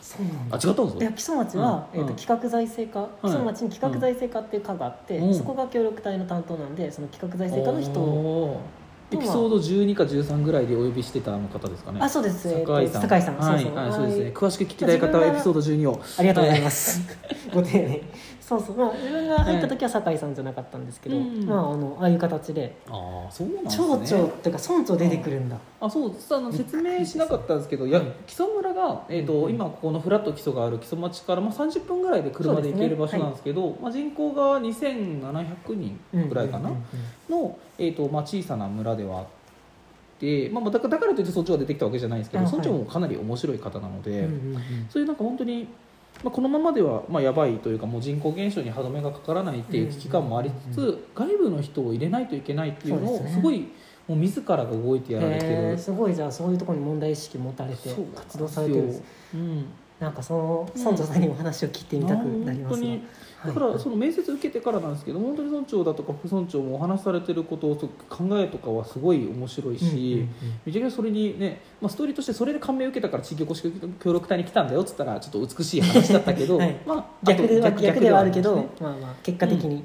[SPEAKER 1] そうなん
[SPEAKER 2] あ違ったんです
[SPEAKER 1] いや
[SPEAKER 2] か
[SPEAKER 1] 木曽町は、
[SPEAKER 2] うん
[SPEAKER 1] えー、と
[SPEAKER 2] うん
[SPEAKER 1] 企画財政課、木曽町に企画財政課っていう課があって、
[SPEAKER 2] うん
[SPEAKER 1] そこが協力隊の担当なんでその企画財政課の人を
[SPEAKER 2] おーエピソード12か13ぐらいでお呼びしてたあの方ですかね
[SPEAKER 1] あそうですえーと
[SPEAKER 2] 酒井さ
[SPEAKER 1] 酒
[SPEAKER 2] ん
[SPEAKER 1] 井さん、
[SPEAKER 2] は
[SPEAKER 1] そ
[SPEAKER 2] い
[SPEAKER 1] うそう、
[SPEAKER 2] はい
[SPEAKER 1] はい
[SPEAKER 2] そうですね詳しく聞きたい方はエピソード12を
[SPEAKER 1] ありがとうございます。 (laughs) ご丁寧。そうそう、まあ、自分が入った時は酒井さんじゃなかったんですけど、
[SPEAKER 2] うん
[SPEAKER 1] まあ、あの、ああいう形で。
[SPEAKER 2] ああそうなんです
[SPEAKER 1] 町
[SPEAKER 2] ね
[SPEAKER 1] 長っていうか、村長出てくるんだ。
[SPEAKER 2] あそう実はあの説明しなかったんですけどいや木曽村が、えーと
[SPEAKER 1] うんうん
[SPEAKER 2] 今ここのフラット木曽がある木曽町から、まあ、30分ぐらいで車で行ける場所なんですけどまあ、人口が2700人
[SPEAKER 1] うん
[SPEAKER 2] ぐらいかな、
[SPEAKER 1] うんうん
[SPEAKER 2] の、えーとまあ、小さな村ではあって、まあ、まあだからだからといって村長が出てきたわけじゃないんですけど
[SPEAKER 1] あはい
[SPEAKER 2] 村長もかなり面白い方なので、
[SPEAKER 1] うんうんうん
[SPEAKER 2] そういうなんか本当に、まあ、このままでは、まあ、やばいというかもう人口減少に歯止めがかからないっていう危機感もありつつ、
[SPEAKER 1] うん
[SPEAKER 2] 外部の人を入れないといけないっていうの
[SPEAKER 1] そう
[SPEAKER 2] を
[SPEAKER 1] ですね
[SPEAKER 2] すごいもう自らが動いてやられて
[SPEAKER 1] へ
[SPEAKER 2] る
[SPEAKER 1] ー。すごいじゃあそういうところに問題意識持たれて
[SPEAKER 2] そう
[SPEAKER 1] 活動されてるんです
[SPEAKER 2] うん、
[SPEAKER 1] なんかその村長さんにお話を聞いてみたくなりますが
[SPEAKER 2] 本当にだからその面接受けてからなんですけど本当に村長だとか副村長もお話しされてることをすごく考えとかはすごい面白いし、めちゃくちゃそれにね、まあ、ストーリーとしてそれで感銘を受けたから地域おこし協力隊に来たんだよっつったらちょっと美しい話だったけど、
[SPEAKER 1] はい
[SPEAKER 2] まあ、
[SPEAKER 1] 逆では
[SPEAKER 2] あと
[SPEAKER 1] 逆ではあるけど
[SPEAKER 2] 逆では
[SPEAKER 1] まあまあ結果的に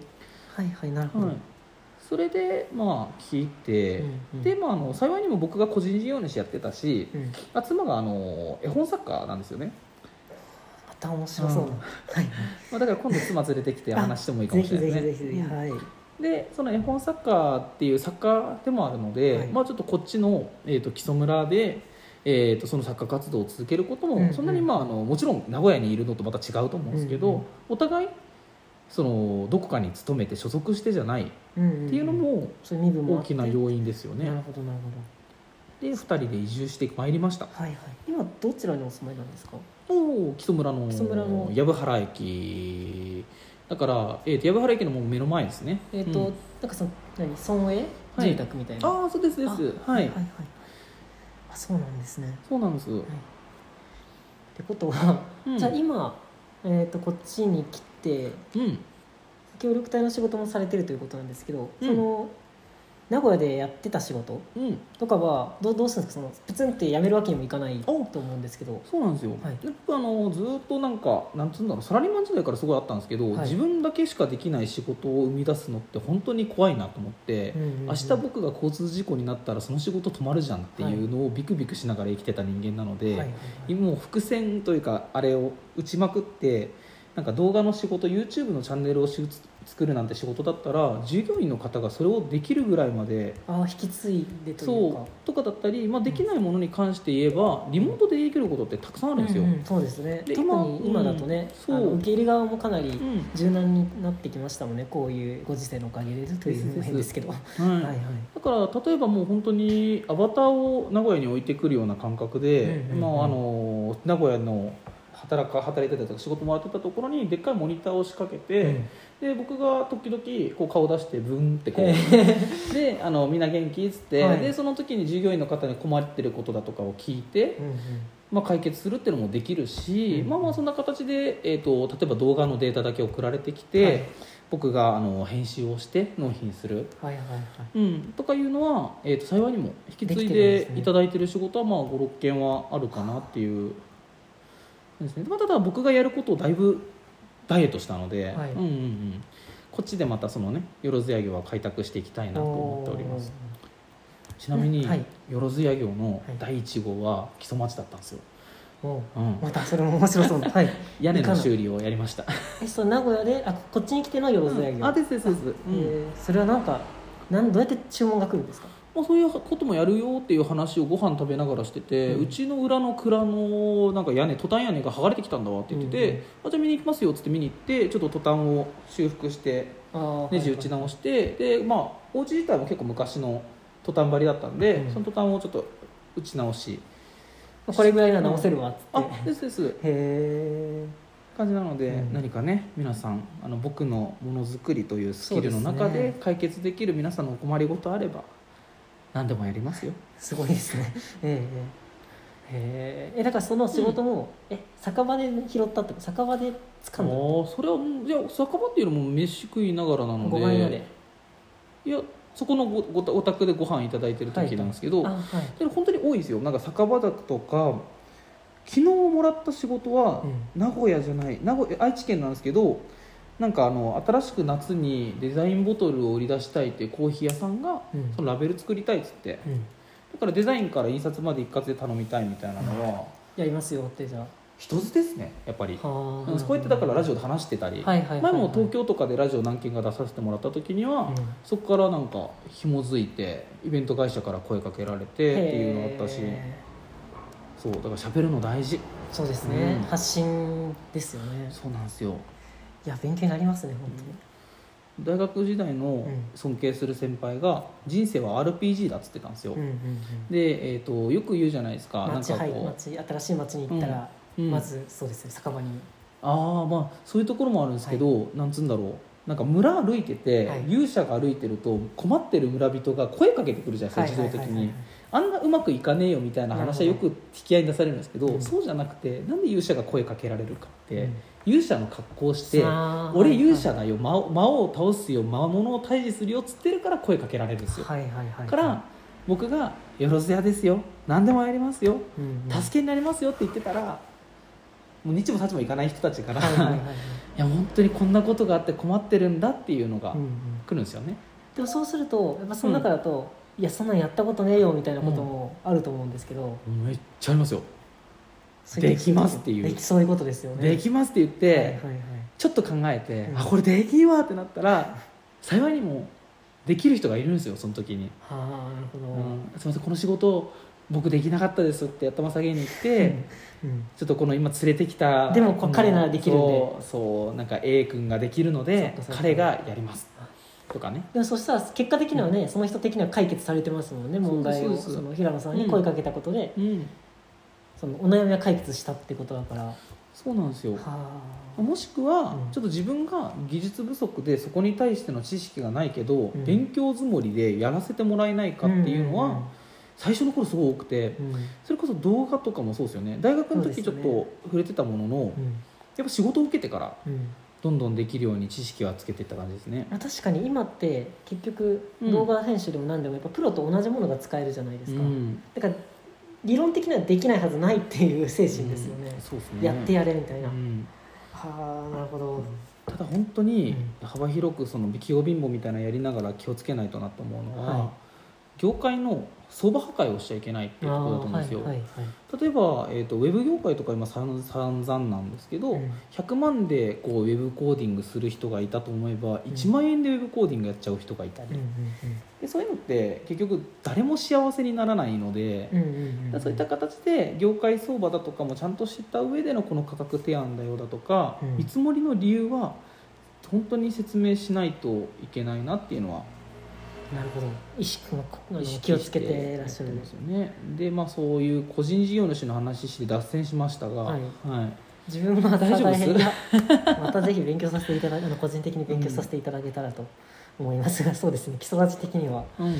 [SPEAKER 1] はいはいなる
[SPEAKER 2] あ
[SPEAKER 1] ほ
[SPEAKER 2] るんですね
[SPEAKER 1] ど
[SPEAKER 2] はい、それでまあ聞いて、
[SPEAKER 1] うんうん
[SPEAKER 2] でまあ、あの幸いにも僕が個人事業主やってたし、
[SPEAKER 1] うん
[SPEAKER 2] あ妻があの絵本作家なんですよね、
[SPEAKER 1] また面白そうな
[SPEAKER 2] うん
[SPEAKER 1] はい
[SPEAKER 2] まあ、だから今度妻連れてきて
[SPEAKER 1] あ
[SPEAKER 2] 話してもいいか
[SPEAKER 1] ぜ
[SPEAKER 2] もし
[SPEAKER 1] ひ
[SPEAKER 2] れな
[SPEAKER 1] ぜ
[SPEAKER 2] いです
[SPEAKER 1] ひ
[SPEAKER 2] ね
[SPEAKER 1] ぜひぜひはい
[SPEAKER 2] でその絵本作家っていう作家でもあるので、
[SPEAKER 1] はい
[SPEAKER 2] まあ、ちょっとこっちの、えー、と木曽村で、えー、とその作家活動を続けることも、
[SPEAKER 1] うんうん
[SPEAKER 2] そんなに、まあ、あのもちろん名古屋にいるのとまた違うと思うんですけど、
[SPEAKER 1] うんうん
[SPEAKER 2] お互いそのどこかに勤めて所属してじゃないっ
[SPEAKER 1] って
[SPEAKER 2] ていうのも
[SPEAKER 1] そういう身分もあ
[SPEAKER 2] 大
[SPEAKER 1] って
[SPEAKER 2] きな要因ですよね、
[SPEAKER 1] なるほどなるほ
[SPEAKER 2] で2人で移住してまいりました
[SPEAKER 1] どはいはい今どちらにお住まいなんですか
[SPEAKER 2] もう木曽村の
[SPEAKER 1] 木曽村の
[SPEAKER 2] 藪原駅だから、えー、と藪原駅のもう目の前ですね
[SPEAKER 1] えっと
[SPEAKER 2] うん
[SPEAKER 1] なんかその何村営
[SPEAKER 2] はい
[SPEAKER 1] 住宅みたいな
[SPEAKER 2] ああそうですです
[SPEAKER 1] あ
[SPEAKER 2] は
[SPEAKER 1] は
[SPEAKER 2] い、
[SPEAKER 1] いあそうなんですね、はい、
[SPEAKER 2] そうなんです、
[SPEAKER 1] ってことは、
[SPEAKER 2] うん
[SPEAKER 1] じゃあ今、えー、とこっちに来て
[SPEAKER 2] うん
[SPEAKER 1] 協力隊の仕事もされてるということなんですけど、
[SPEAKER 2] うん
[SPEAKER 1] その名古屋でやってた仕事
[SPEAKER 2] うん、
[SPEAKER 1] とかはどうどうするんですかそのプツンって辞めるわけにもいかないと
[SPEAKER 2] お
[SPEAKER 1] 思うんですけど
[SPEAKER 2] そうなんですよ、
[SPEAKER 1] はい
[SPEAKER 2] で僕あのずっとなんかなんつうんだろうサラリーマン時代からすごいあったんですけど、
[SPEAKER 1] はい
[SPEAKER 2] 自分だけしかできない仕事を生み出すのって本当に怖いなと思って、
[SPEAKER 1] うんうんうん
[SPEAKER 2] 明日僕が交通事故になったらその仕事止まるじゃんっていうのをビクビクしながら生きてた人間なので、
[SPEAKER 1] はいはいはい
[SPEAKER 2] もう伏線というかあれを打ちまくってなんか動画の仕事 YouTube のチャンネルをし作るなんて仕事だったら従業員の方がそれをできるぐらいまで
[SPEAKER 1] ああ引き継いでというか
[SPEAKER 2] そうとかだったり、まあ、できないものに関して言えばリモートでできることってたくさんあるんですよ、
[SPEAKER 1] うんうんそうですね
[SPEAKER 2] で
[SPEAKER 1] 特
[SPEAKER 2] 今
[SPEAKER 1] に今だとね、
[SPEAKER 2] うん
[SPEAKER 1] あの
[SPEAKER 2] そう
[SPEAKER 1] 受け入れ側もかなり
[SPEAKER 2] うん
[SPEAKER 1] 柔軟になってきましたもんねこういうご時世のおかげでというのも変ですけど、
[SPEAKER 2] はい
[SPEAKER 1] はいはい
[SPEAKER 2] だから例えばもう本当にアバターを名古屋に置いてくるような感覚で
[SPEAKER 1] うんうんうん
[SPEAKER 2] まああの名古屋の働か働いてたりとか仕事もらってたところにでっかいモニターを仕掛けて、で僕が時々こう顔出してブンってこうであのみんな元気っつって、
[SPEAKER 1] はい
[SPEAKER 2] でその時に従業員の方に困ってることだとかを聞いて
[SPEAKER 1] う、んうん
[SPEAKER 2] まあ、解決するっていうのもできるし、
[SPEAKER 1] うん
[SPEAKER 2] まあまあそんな形で、えー、と例えば動画のデータだけ送られてきて、
[SPEAKER 1] はい
[SPEAKER 2] 僕があの編集をして納品する、
[SPEAKER 1] はいはいはい
[SPEAKER 2] うん、とかいうのは、えー、と幸いにも引き継
[SPEAKER 1] で
[SPEAKER 2] い
[SPEAKER 1] きてるんで
[SPEAKER 2] です
[SPEAKER 1] ね
[SPEAKER 2] いただいてる仕事は、まあ、56件はあるかなっていうそうですねまあ、ただ僕がやることをだいぶダイエットしたので、
[SPEAKER 1] はい
[SPEAKER 2] うんうんうん、こっちでまたそのねよろずや業は開拓していきたいなと思っておりますちなみに、
[SPEAKER 1] うんはい
[SPEAKER 2] よろずや業の
[SPEAKER 1] はい
[SPEAKER 2] 第1号は木曽町だったんですよ、
[SPEAKER 1] おーおー
[SPEAKER 2] うん、
[SPEAKER 1] またそれも面白そうなはい
[SPEAKER 2] 屋根の修理をやりました
[SPEAKER 1] えそう名古屋であこっちに来てのよろずや業、
[SPEAKER 2] うんあですですです、うん
[SPEAKER 1] えーそれはなんかなんどうやって注文が来るんですか
[SPEAKER 2] まあ、そういうこともやるよっていう話をご飯食べながらしてて、
[SPEAKER 1] う
[SPEAKER 2] うんちの裏の蔵のなんか屋根トタン屋根が剥がれてきたんだわって言ってて、
[SPEAKER 1] うんうん
[SPEAKER 2] あじゃあ見に行きますよっつって見に行ってちょっとトタンを修復して
[SPEAKER 1] あ
[SPEAKER 2] ネジ打ち直
[SPEAKER 1] し
[SPEAKER 2] してでまあお家自体も結構昔のトタン張りだったんで、
[SPEAKER 1] うん
[SPEAKER 2] そのトタンをちょっと打ち直し
[SPEAKER 1] これぐらいなら直せるわっつって、
[SPEAKER 2] あ
[SPEAKER 1] へ
[SPEAKER 2] ですです
[SPEAKER 1] え
[SPEAKER 2] 感じなので、
[SPEAKER 1] うん
[SPEAKER 2] 何かね皆さんあの僕のものづくりというスキルの
[SPEAKER 1] そ
[SPEAKER 2] 中
[SPEAKER 1] うです
[SPEAKER 2] で
[SPEAKER 1] ね
[SPEAKER 2] 解決できる皆さんのお困りごとあれば何でもやりますよ
[SPEAKER 1] すごいですねええへええだからその仕事も、え酒場で拾ったってこと酒場で
[SPEAKER 2] あ
[SPEAKER 1] 掴んだ
[SPEAKER 2] ーそれはうんいや酒場っていうのも飯食いながらなの
[SPEAKER 1] ご
[SPEAKER 2] で
[SPEAKER 1] ま屋で
[SPEAKER 2] いやそこのごごたお宅でご飯いただいてる時なんですけど、
[SPEAKER 1] あはい
[SPEAKER 2] でも本当に多いですよなんか酒場だとか昨日もらった仕事は
[SPEAKER 1] う
[SPEAKER 2] 名古屋じゃない名古屋愛知県なんですけどなんかあの新しく夏にデザインボトルを売り出したいっていうコーヒー屋さんが
[SPEAKER 1] うん
[SPEAKER 2] そのラベル作りたいっつって
[SPEAKER 1] うん
[SPEAKER 2] だからデザインから印刷まで一括で頼みたいみたいなのは
[SPEAKER 1] やりますよってじゃ
[SPEAKER 2] 一つですねやっぱり
[SPEAKER 1] あは
[SPEAKER 2] うんそうやってだからラジオで話してたり
[SPEAKER 1] はいはいはいはい
[SPEAKER 2] 前も東京とかでラジオ何件か出させてもらった時には、
[SPEAKER 1] うん
[SPEAKER 2] そこからなんか紐づいてイベント会社から声かけられてっていうのあったし
[SPEAKER 1] へ
[SPEAKER 2] そうだから喋るの大事
[SPEAKER 1] えそうですね、
[SPEAKER 2] うん
[SPEAKER 1] 発信ですよね
[SPEAKER 2] そうなんですよ
[SPEAKER 1] いや勉強になりますね本当に、
[SPEAKER 2] 大学時代の
[SPEAKER 1] うん
[SPEAKER 2] 尊敬する先輩が「人生は RPG だ」っつってたんですよ、
[SPEAKER 1] うんうんうん
[SPEAKER 2] で、えー、とよく言うじゃないですかなん
[SPEAKER 1] 街
[SPEAKER 2] か
[SPEAKER 1] はい
[SPEAKER 2] こ
[SPEAKER 1] 街新しい街に行ったら、
[SPEAKER 2] う、うん
[SPEAKER 1] まずそうですね酒場に
[SPEAKER 2] ああまあそういうところもあるんですけど、なんつうんだろうなんか村歩いてて、
[SPEAKER 1] はい
[SPEAKER 2] 勇者が歩いてると困ってる村人が声かけてくるじゃないですか、自動的にあんなうまくいかねえよみたいな話はよく引き合いに出されるんですけど、
[SPEAKER 1] うん
[SPEAKER 2] そうじゃなくてなんで勇者が声かけられるかって、
[SPEAKER 1] うん
[SPEAKER 2] 勇者の格好をして「俺勇者だよ魔王魔王を倒すよ魔物を退治するよ」っつってるから声かけられるんですよ、
[SPEAKER 1] はいはいはいはい、
[SPEAKER 2] から僕が「よろずやですよ何でもやりますよ
[SPEAKER 1] うんうん、
[SPEAKER 2] 助けになりますよ」って言ってたらもう日もさちもいかない人たちから、
[SPEAKER 1] はいはいはいはい
[SPEAKER 2] (laughs) い、や本当にこんなことがあって困ってるんだっていうのが
[SPEAKER 1] うんうん
[SPEAKER 2] 来るんですよね、
[SPEAKER 1] でもそうするとやっぱその中だと、いやそんなんやったことねえよみたいなこともあると思うんですけど、
[SPEAKER 2] めっちゃありますよ
[SPEAKER 1] そういう
[SPEAKER 2] できますっていう
[SPEAKER 1] できそういうことですよね
[SPEAKER 2] できますって言って、
[SPEAKER 1] はいはいはい
[SPEAKER 2] ちょっと考えて、
[SPEAKER 1] うん
[SPEAKER 2] あこれできんわってなったら幸いにもできる人がいるんですよその時に、
[SPEAKER 1] はあなるほど、
[SPEAKER 2] う
[SPEAKER 1] うん
[SPEAKER 2] んすみませんこの仕事僕できなかったですって頭下げに行って、ちょっとこの今連れてきた
[SPEAKER 1] でもこ
[SPEAKER 2] この
[SPEAKER 1] 彼ならできるんで
[SPEAKER 2] そうそうなんか A 君ができるの
[SPEAKER 1] そ
[SPEAKER 2] で
[SPEAKER 1] っかそっか
[SPEAKER 2] 彼がやりますとかね
[SPEAKER 1] でもそしたら結果的にはね、その人的には解決されてますもんね
[SPEAKER 2] そう
[SPEAKER 1] 問題
[SPEAKER 2] そう
[SPEAKER 1] を
[SPEAKER 2] です
[SPEAKER 1] その平野さんに声かけたことで、
[SPEAKER 2] うん
[SPEAKER 1] そのお悩みは解決したってことだからは
[SPEAKER 2] そうなんですよ
[SPEAKER 1] あ
[SPEAKER 2] もしくは
[SPEAKER 1] うん
[SPEAKER 2] ちょっと自分が技術不足でそこに対しての知識がないけど、
[SPEAKER 1] ん
[SPEAKER 2] 勉強積もりでやらせてもらえないかっていうのは、最初の頃すごい多くて、
[SPEAKER 1] うんうんうん
[SPEAKER 2] それこそ動画とかもそうですよね大学の時ち
[SPEAKER 1] そ
[SPEAKER 2] ょ
[SPEAKER 1] う
[SPEAKER 2] っ
[SPEAKER 1] ですね
[SPEAKER 2] と触れてたものの、
[SPEAKER 1] うん
[SPEAKER 2] やっぱ仕事を受けてから
[SPEAKER 1] うん
[SPEAKER 2] どんどんできるように知識はつけていった感じですね
[SPEAKER 1] まあ確かに今って結局
[SPEAKER 2] うん
[SPEAKER 1] 動画編集でも何でもやっぱプロと同じものが使えるじゃないですか、
[SPEAKER 2] うん
[SPEAKER 1] だから理論的にはできないはずないっていう精神ですよね
[SPEAKER 2] うん、そうですね
[SPEAKER 1] やってやれみたいうな、
[SPEAKER 2] ん
[SPEAKER 1] はあなるほど、
[SPEAKER 2] ただ本当に幅広くその器用貧乏みたいなのやりながら気をつけないとなと思うのは、
[SPEAKER 1] はい
[SPEAKER 2] 業界の相場破壊をしちゃいけないっていうところだと思うんですよ、
[SPEAKER 1] あーはいはい
[SPEAKER 2] 例えば、えー、とウェブ業界とか今さん散々なんですけど、
[SPEAKER 1] はいうん
[SPEAKER 2] 100万でこうウェブコーディングする人がいたと思えば
[SPEAKER 1] うん
[SPEAKER 2] 1万円でウェブコーディングやっちゃう人がいたり、でそういうのって結局誰も幸せにならないので、
[SPEAKER 1] うんうんうんうん
[SPEAKER 2] だからそういった形で業界相場だとかもちゃんと知った上でのこの価格提案だよだとか、
[SPEAKER 1] うん
[SPEAKER 2] 見積もりの理由は本当に説明しないといけないなっていうのは
[SPEAKER 1] なるほど意識もあの気をつけてらっしゃる
[SPEAKER 2] や
[SPEAKER 1] んで
[SPEAKER 2] てますすよねでまあそういう個人事業主の話して脱線しましたが、
[SPEAKER 1] はい
[SPEAKER 2] はい
[SPEAKER 1] 自分は
[SPEAKER 2] 大丈夫
[SPEAKER 1] 大
[SPEAKER 2] です
[SPEAKER 1] 変だ
[SPEAKER 2] (laughs)
[SPEAKER 1] またぜひ勉強させていただあの個人的に勉強させていただけたらと思いますが、そうですね基礎味的には
[SPEAKER 2] うん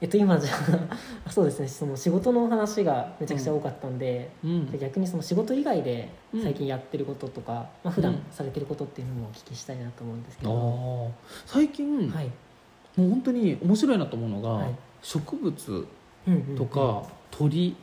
[SPEAKER 1] えっと今じゃあそうですねその仕事の話がめちゃくちゃ多かったんで、
[SPEAKER 2] うん
[SPEAKER 1] で逆にその仕事以外で
[SPEAKER 2] うん
[SPEAKER 1] 最近やってることとか、まあ普
[SPEAKER 2] うん
[SPEAKER 1] 段されてることっていうのもお聞きしたいなと思うんですけ
[SPEAKER 2] あ
[SPEAKER 1] ど、
[SPEAKER 2] ー最近、
[SPEAKER 1] はい、
[SPEAKER 2] もう本当に面白いなと思うのが、
[SPEAKER 1] はい
[SPEAKER 2] 植物
[SPEAKER 1] うんうんうん
[SPEAKER 2] とか、鳥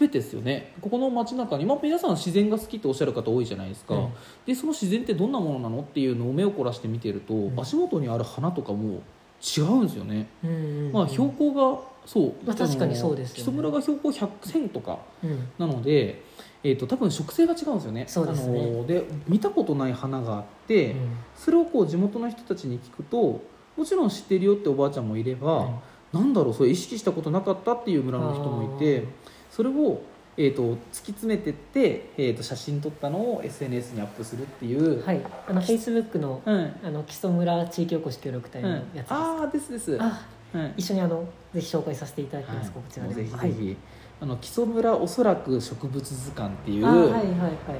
[SPEAKER 2] 全てですよねここの街中に、まあ、皆さん自然が好きっておっしゃる方多いじゃないですか、
[SPEAKER 1] うん
[SPEAKER 2] でその自然ってどんなものなのっていうのを目を凝らして見てると、
[SPEAKER 1] ん
[SPEAKER 2] 足元にある花とかも違うんですよね、
[SPEAKER 1] うんうんうん
[SPEAKER 2] まあ、標高がそう、
[SPEAKER 1] まあ確かにそうですよね
[SPEAKER 2] 木曽村が標高100千とか
[SPEAKER 1] うん
[SPEAKER 2] なので、えー、と多分植生が違うんですよね
[SPEAKER 1] そうですね
[SPEAKER 2] あので見たことない花があって、
[SPEAKER 1] うん
[SPEAKER 2] それをこう地元の人たちに聞くともちろん知ってるよっておばあちゃんもいれば、なんだろうそれ意識したことなかったっていう村の人もい
[SPEAKER 1] あ
[SPEAKER 2] て
[SPEAKER 1] ー
[SPEAKER 2] それを、えー、と突き詰めてって、えー、と写真撮ったのを SNS にアップするっていう、
[SPEAKER 1] はいあのフェイスブックの
[SPEAKER 2] うん
[SPEAKER 1] あの木曽村地域おこし協力隊
[SPEAKER 2] う
[SPEAKER 1] の
[SPEAKER 2] ん
[SPEAKER 1] やつです、
[SPEAKER 2] ああですです、
[SPEAKER 1] あ
[SPEAKER 2] うん
[SPEAKER 1] 一緒にあのぜひ紹介させていただきます、
[SPEAKER 2] はい
[SPEAKER 1] こちらで
[SPEAKER 2] ぜひぜひ、
[SPEAKER 1] はい、
[SPEAKER 2] あの木曽村おそらく植物図鑑っていう、
[SPEAKER 1] あーはいはいはい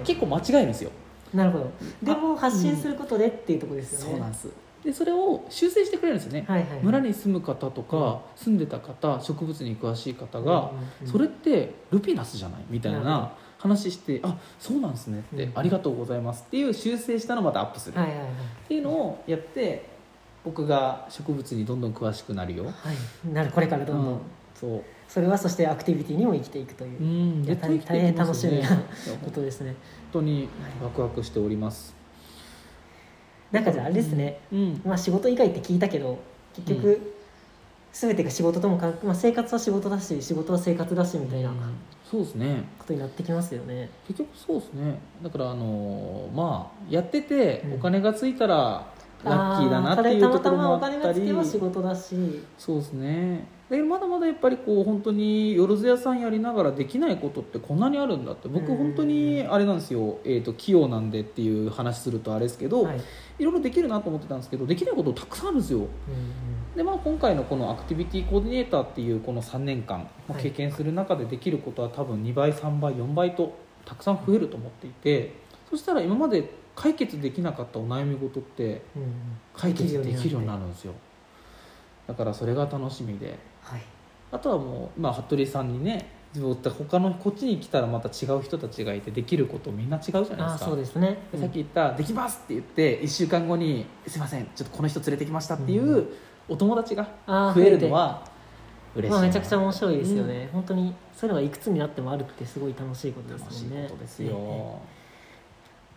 [SPEAKER 2] 結構間違えるんですよ
[SPEAKER 1] なるほどでも
[SPEAKER 2] あ
[SPEAKER 1] 発信することでっていうところですよね、
[SPEAKER 2] そうなんですでそれを修正してくれるんですよね、
[SPEAKER 1] はいはいはい、
[SPEAKER 2] 村に住む方とか住んでた方植物に詳しい方が
[SPEAKER 1] うんうんうん
[SPEAKER 2] それってルピナスじゃないみたい
[SPEAKER 1] なるほ
[SPEAKER 2] な話してあそうなんですねって、
[SPEAKER 1] うん
[SPEAKER 2] ありがとうございますっていう修正したのをまたアップする、
[SPEAKER 1] はい
[SPEAKER 2] っ
[SPEAKER 1] はいはい
[SPEAKER 2] ていうのをやって僕が植物にどんどん詳しくなるよ、
[SPEAKER 1] はいなるこれからどんどん、
[SPEAKER 2] うんそう
[SPEAKER 1] それはそしてアクティビティにも生きていくといううんいや
[SPEAKER 2] 絶対
[SPEAKER 1] 大変楽しみ
[SPEAKER 2] い
[SPEAKER 1] な
[SPEAKER 2] や
[SPEAKER 1] こ
[SPEAKER 2] 本
[SPEAKER 1] とですね
[SPEAKER 2] 当にワクワクしております、
[SPEAKER 1] なんかじゃああれですね、
[SPEAKER 2] うん、
[SPEAKER 1] まあ、仕事以外って聞いたけど結局、
[SPEAKER 2] う
[SPEAKER 1] 全てが仕事とも関まあ、生活は仕事だし仕事は生活だしみたいなこ
[SPEAKER 2] そうですね
[SPEAKER 1] とになってきますよね、
[SPEAKER 2] 結局そうですねだからあのーまあやってて
[SPEAKER 1] うん
[SPEAKER 2] お金がついたらラッキーだなっていう
[SPEAKER 1] あー
[SPEAKER 2] ところ
[SPEAKER 1] たまた
[SPEAKER 2] も
[SPEAKER 1] まお
[SPEAKER 2] あ
[SPEAKER 1] 金
[SPEAKER 2] った
[SPEAKER 1] がつ
[SPEAKER 2] り
[SPEAKER 1] けば仕事だし
[SPEAKER 2] そうですねだけどまだまだやっぱりこう本当によろず屋さんやりながらできないことってこんなにあるんだって僕
[SPEAKER 1] うん
[SPEAKER 2] 本当にあれなんですよ、えー、と器用なんでっていう話するとあれですけど、、
[SPEAKER 1] はいい
[SPEAKER 2] ろいろできるなと思ってたんですけどできないことたくさんあるんですよでまあ今回のこのアクティビティコーディネーターっていうこの3年間、まあ
[SPEAKER 1] はい
[SPEAKER 2] 経験する中でできることは多分2倍3倍4倍とたくさん増えると思っていてそしたら今まで解決できなかったお悩み事って
[SPEAKER 1] うんうん
[SPEAKER 2] 解決できるよう
[SPEAKER 1] る
[SPEAKER 2] になるんですよだからそれが楽しみで
[SPEAKER 1] はい
[SPEAKER 2] あとはもう、まあ、服部さんにね自分って他のこっちに来たらまた違う人たちがいてできることみんな違うじゃないですか
[SPEAKER 1] ああそうですね
[SPEAKER 2] でさっき言った「できます!」って言って1週間後に「すいませんちょっとこの人連れてきました」っていううお友達が
[SPEAKER 1] あー
[SPEAKER 2] 増えるのは嬉しい
[SPEAKER 1] ま
[SPEAKER 2] な、
[SPEAKER 1] あ、めちゃくちゃ面白いですよね、本当にそれはいくつになってもあるってすごい楽しいことで
[SPEAKER 2] 楽
[SPEAKER 1] す
[SPEAKER 2] し
[SPEAKER 1] も
[SPEAKER 2] い
[SPEAKER 1] んね
[SPEAKER 2] ことですよ、
[SPEAKER 1] ええ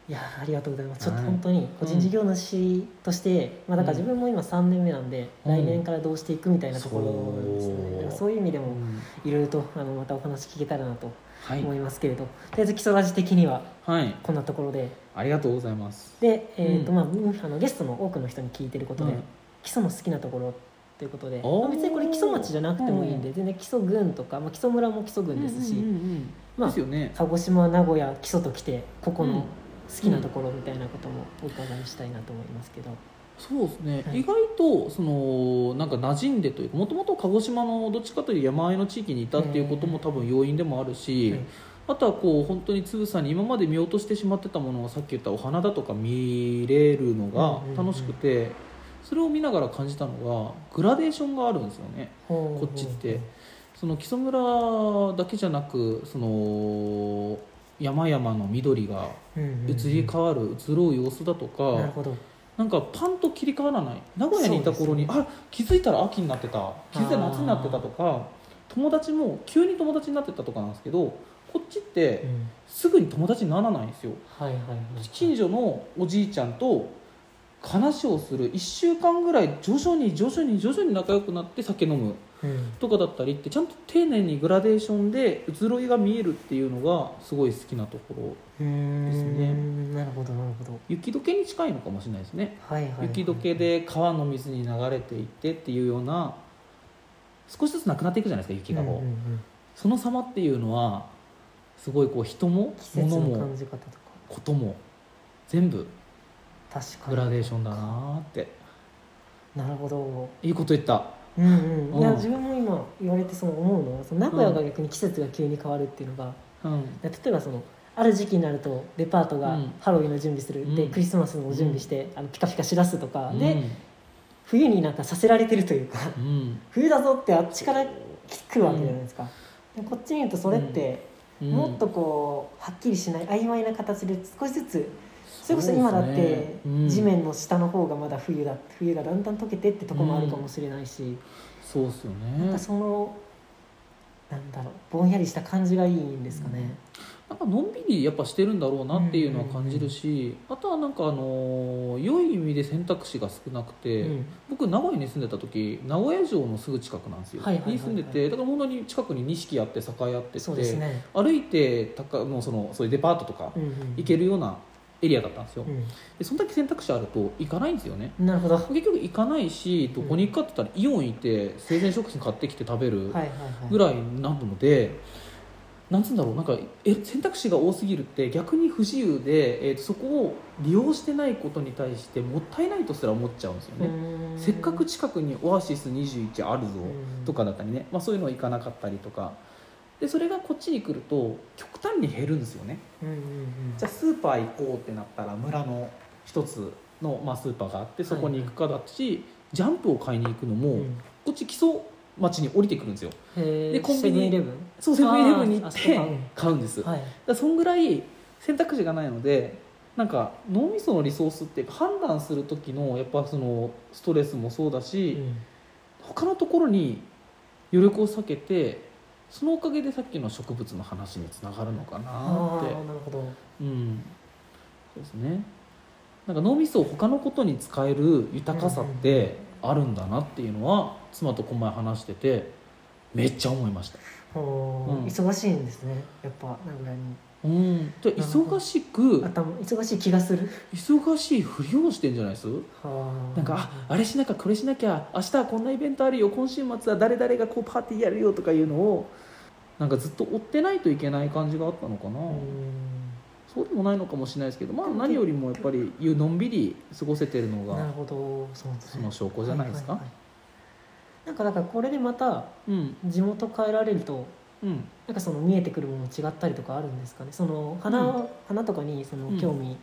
[SPEAKER 1] いやーありがとうございますちょっと
[SPEAKER 2] はい
[SPEAKER 1] 本当に個人事業主として、まあだから自分も今3年目なんで、
[SPEAKER 2] うん
[SPEAKER 1] 来年からどうしていくみたいなところですね、
[SPEAKER 2] そう
[SPEAKER 1] だからそういう意味で
[SPEAKER 2] う
[SPEAKER 1] も
[SPEAKER 2] ん
[SPEAKER 1] いろいろとあのまたお話聞けたらなと
[SPEAKER 2] はい
[SPEAKER 1] 思いますけれど、とりあえず基礎ラジ的には
[SPEAKER 2] はい
[SPEAKER 1] こんなところで
[SPEAKER 2] ありがとうございます
[SPEAKER 1] で、えーと
[SPEAKER 2] うん
[SPEAKER 1] まあうん、あのゲストの多くの人に聞いてることで、
[SPEAKER 2] うん
[SPEAKER 1] 基礎の好きなところということで、
[SPEAKER 2] おー
[SPEAKER 1] まあ別にこれ基礎町じゃなくてもいいんで、
[SPEAKER 2] う
[SPEAKER 1] 全然基礎郡とか、まあ、基礎村も基礎郡ですし、
[SPEAKER 2] うんうんうん
[SPEAKER 1] まあ
[SPEAKER 2] ですよね
[SPEAKER 1] 鹿児島名古屋基礎と来てここ
[SPEAKER 2] うん
[SPEAKER 1] の好きなところみたいなこともお伺いしたいなと思いますけど、
[SPEAKER 2] そうですね、
[SPEAKER 1] はい
[SPEAKER 2] 意外とそのなんか馴染んでというかもともと鹿児島のどっちかというと山あいの地域にいたっていうことも多分要因でもあるし、
[SPEAKER 1] はい
[SPEAKER 2] あとはこう本当につぶさに今まで見落としてしまってたものをさっき言ったお花だとか見れるのが楽しくて、それを見ながら感じたのがグラデーションがあるんですよね。
[SPEAKER 1] こ
[SPEAKER 2] こっちってその木曽村だけじゃなくその山々の緑が移り変わる移ろう様子だとか、
[SPEAKER 1] なるほど
[SPEAKER 2] なんかパンと切り替わらない名古屋にいた頃に、
[SPEAKER 1] そ
[SPEAKER 2] あ気づいたら秋になってた気づいたら夏になってたとか友達も急に友達になってたとかなんですけどこっちって
[SPEAKER 1] うん
[SPEAKER 2] すぐに友達にならないんですよ
[SPEAKER 1] はいはいはい
[SPEAKER 2] 近所のおじいちゃんと話をする1週間ぐらい徐々に徐々に徐々に仲良くなって酒飲む
[SPEAKER 1] うん
[SPEAKER 2] とかだったりってちゃんと丁寧にグラデーションで移ろいが見えるっていうのがすごい好きなところ
[SPEAKER 1] うー
[SPEAKER 2] です
[SPEAKER 1] ん
[SPEAKER 2] ね
[SPEAKER 1] なるほどなるほど
[SPEAKER 2] 雪解けに近いのかもしれないですね
[SPEAKER 1] はいはいはい
[SPEAKER 2] 雪解けで川の水に流れていってっていうような少しずつなくなっていくじゃないですか雪がこう、
[SPEAKER 1] うんうんうん
[SPEAKER 2] その様っていうのはすごいこう人も
[SPEAKER 1] 季節
[SPEAKER 2] 物
[SPEAKER 1] の
[SPEAKER 2] も
[SPEAKER 1] 感じ方とか
[SPEAKER 2] ことも全部
[SPEAKER 1] 確かに
[SPEAKER 2] グラデーションだなーって
[SPEAKER 1] なるほど
[SPEAKER 2] いいこと言った
[SPEAKER 1] うんうんいや
[SPEAKER 2] うん
[SPEAKER 1] 自分も今言われてその思うのはその名古屋が逆に季節が急に変わるっていうのが
[SPEAKER 2] うん
[SPEAKER 1] 例えばそのある時期になるとデパートが
[SPEAKER 2] うん
[SPEAKER 1] ハロウィンの準備する、で
[SPEAKER 2] うん
[SPEAKER 1] クリスマスの準備して、あのピカピカしらすとか、
[SPEAKER 2] うん
[SPEAKER 1] で冬になんかさせられてるというか
[SPEAKER 2] うん
[SPEAKER 1] 冬だぞってあっちから聞くわけじゃないですか、でこっちに言うとそれって、
[SPEAKER 2] うん
[SPEAKER 1] もっとこうはっきりしない曖昧な形で少しずつそれこそ今だっ
[SPEAKER 2] そうです
[SPEAKER 1] て
[SPEAKER 2] ねうん
[SPEAKER 1] 地面の下の方がまだ冬だ冬がだんだん溶けてってとこもあるかもしれないし、
[SPEAKER 2] そうっすよ
[SPEAKER 1] なん
[SPEAKER 2] ね
[SPEAKER 1] かそのなんだろうぼんやりした感じがいいんですかね、
[SPEAKER 2] なんかのんびりやっぱしてるんだろうなっていうのは感じるし、あとはなんかあのー良い意味で選択肢が少なくて、
[SPEAKER 1] うん
[SPEAKER 2] 僕名古屋に住んでた時名古屋城のすぐ近くなんですよ、
[SPEAKER 1] はいはいはいはい
[SPEAKER 2] に住んでてだから本当に近くに錦あって栄あってて
[SPEAKER 1] そうですね、
[SPEAKER 2] 歩いて高もうそのそういうデパートとか
[SPEAKER 1] うんうん、
[SPEAKER 2] 行けるようなエリアだったんですよ、
[SPEAKER 1] う
[SPEAKER 2] でそんだけ選択肢あると行かないんですよね
[SPEAKER 1] ん、なるほどは
[SPEAKER 2] 結局行かないしどこに行くかって言ったらイオン行って生鮮食品買ってきて食べ
[SPEAKER 1] い
[SPEAKER 2] る
[SPEAKER 1] はいはい
[SPEAKER 2] ぐらいなので、なんつうんだろうなんかえ選択肢が多すぎるって逆に不自由で、えーとそこを利用してないことに対してもったいないとすら思っちゃうんですよね、
[SPEAKER 1] ね
[SPEAKER 2] せっかく近くにオアシス21あるぞとかだったりね、まあ、そういうの行かなかったりとかでそれがこっちに来ると極端に減るんですよね
[SPEAKER 1] うんうんうん
[SPEAKER 2] じゃあスーパー行こうってなったら村の一つの、まあ、スーパーがあってそこに行くかだし、ジャンプを買いに行くのも、
[SPEAKER 1] うん
[SPEAKER 2] こっち基礎町に降りてくるんですよ
[SPEAKER 1] へ
[SPEAKER 2] でコン
[SPEAKER 1] セ
[SPEAKER 2] ビニ
[SPEAKER 1] ブンイレブン
[SPEAKER 2] そうセブンイレブンに行っ
[SPEAKER 1] あ
[SPEAKER 2] て
[SPEAKER 1] ーあそこか
[SPEAKER 2] 買うんです、だか
[SPEAKER 1] はい
[SPEAKER 2] らそんぐらい選択肢がないのでなんか脳みそのリソースっていうか判断する時のやっぱそのストレスもそうだし、他のところに余力を避けてそのおかげでさっきの植物の話につながるのかな
[SPEAKER 1] あ
[SPEAKER 2] っ
[SPEAKER 1] あ
[SPEAKER 2] て
[SPEAKER 1] ーなるほど
[SPEAKER 2] うんそうですねなんか脳みそを他のことに使える豊かさってあるんだなっていうのは妻とこの前話しててめっちゃ思いました
[SPEAKER 1] ほー
[SPEAKER 2] うん
[SPEAKER 1] 忙しいんですねやっぱ名古屋に
[SPEAKER 2] うんで
[SPEAKER 1] なるほど
[SPEAKER 2] 忙しく
[SPEAKER 1] 頭忙しい気がする
[SPEAKER 2] 忙しいふりをしてんじゃないです
[SPEAKER 1] はあ
[SPEAKER 2] なんかああれしなきゃこれしなきゃ明日はこんなイベントあるよ今週末は誰々がこうパーティーやるよとかいうのをなんかずっと追ってないといけない感じがあったのかな、
[SPEAKER 1] うん
[SPEAKER 2] そうでもないのかもしれないですけどまあ何よりもやっぱりゆのんびり過ごせてるの
[SPEAKER 1] なる
[SPEAKER 2] が
[SPEAKER 1] ほどそうです
[SPEAKER 2] そ
[SPEAKER 1] ね
[SPEAKER 2] の証拠じゃないですか、
[SPEAKER 1] はははいなんかだからこれでまた
[SPEAKER 2] うん
[SPEAKER 1] 地元帰られると
[SPEAKER 2] うん
[SPEAKER 1] なんかその見えてくるもの違ったりとかあるんですかねその花,、
[SPEAKER 2] う
[SPEAKER 1] 花とかにその
[SPEAKER 2] うん
[SPEAKER 1] 興味、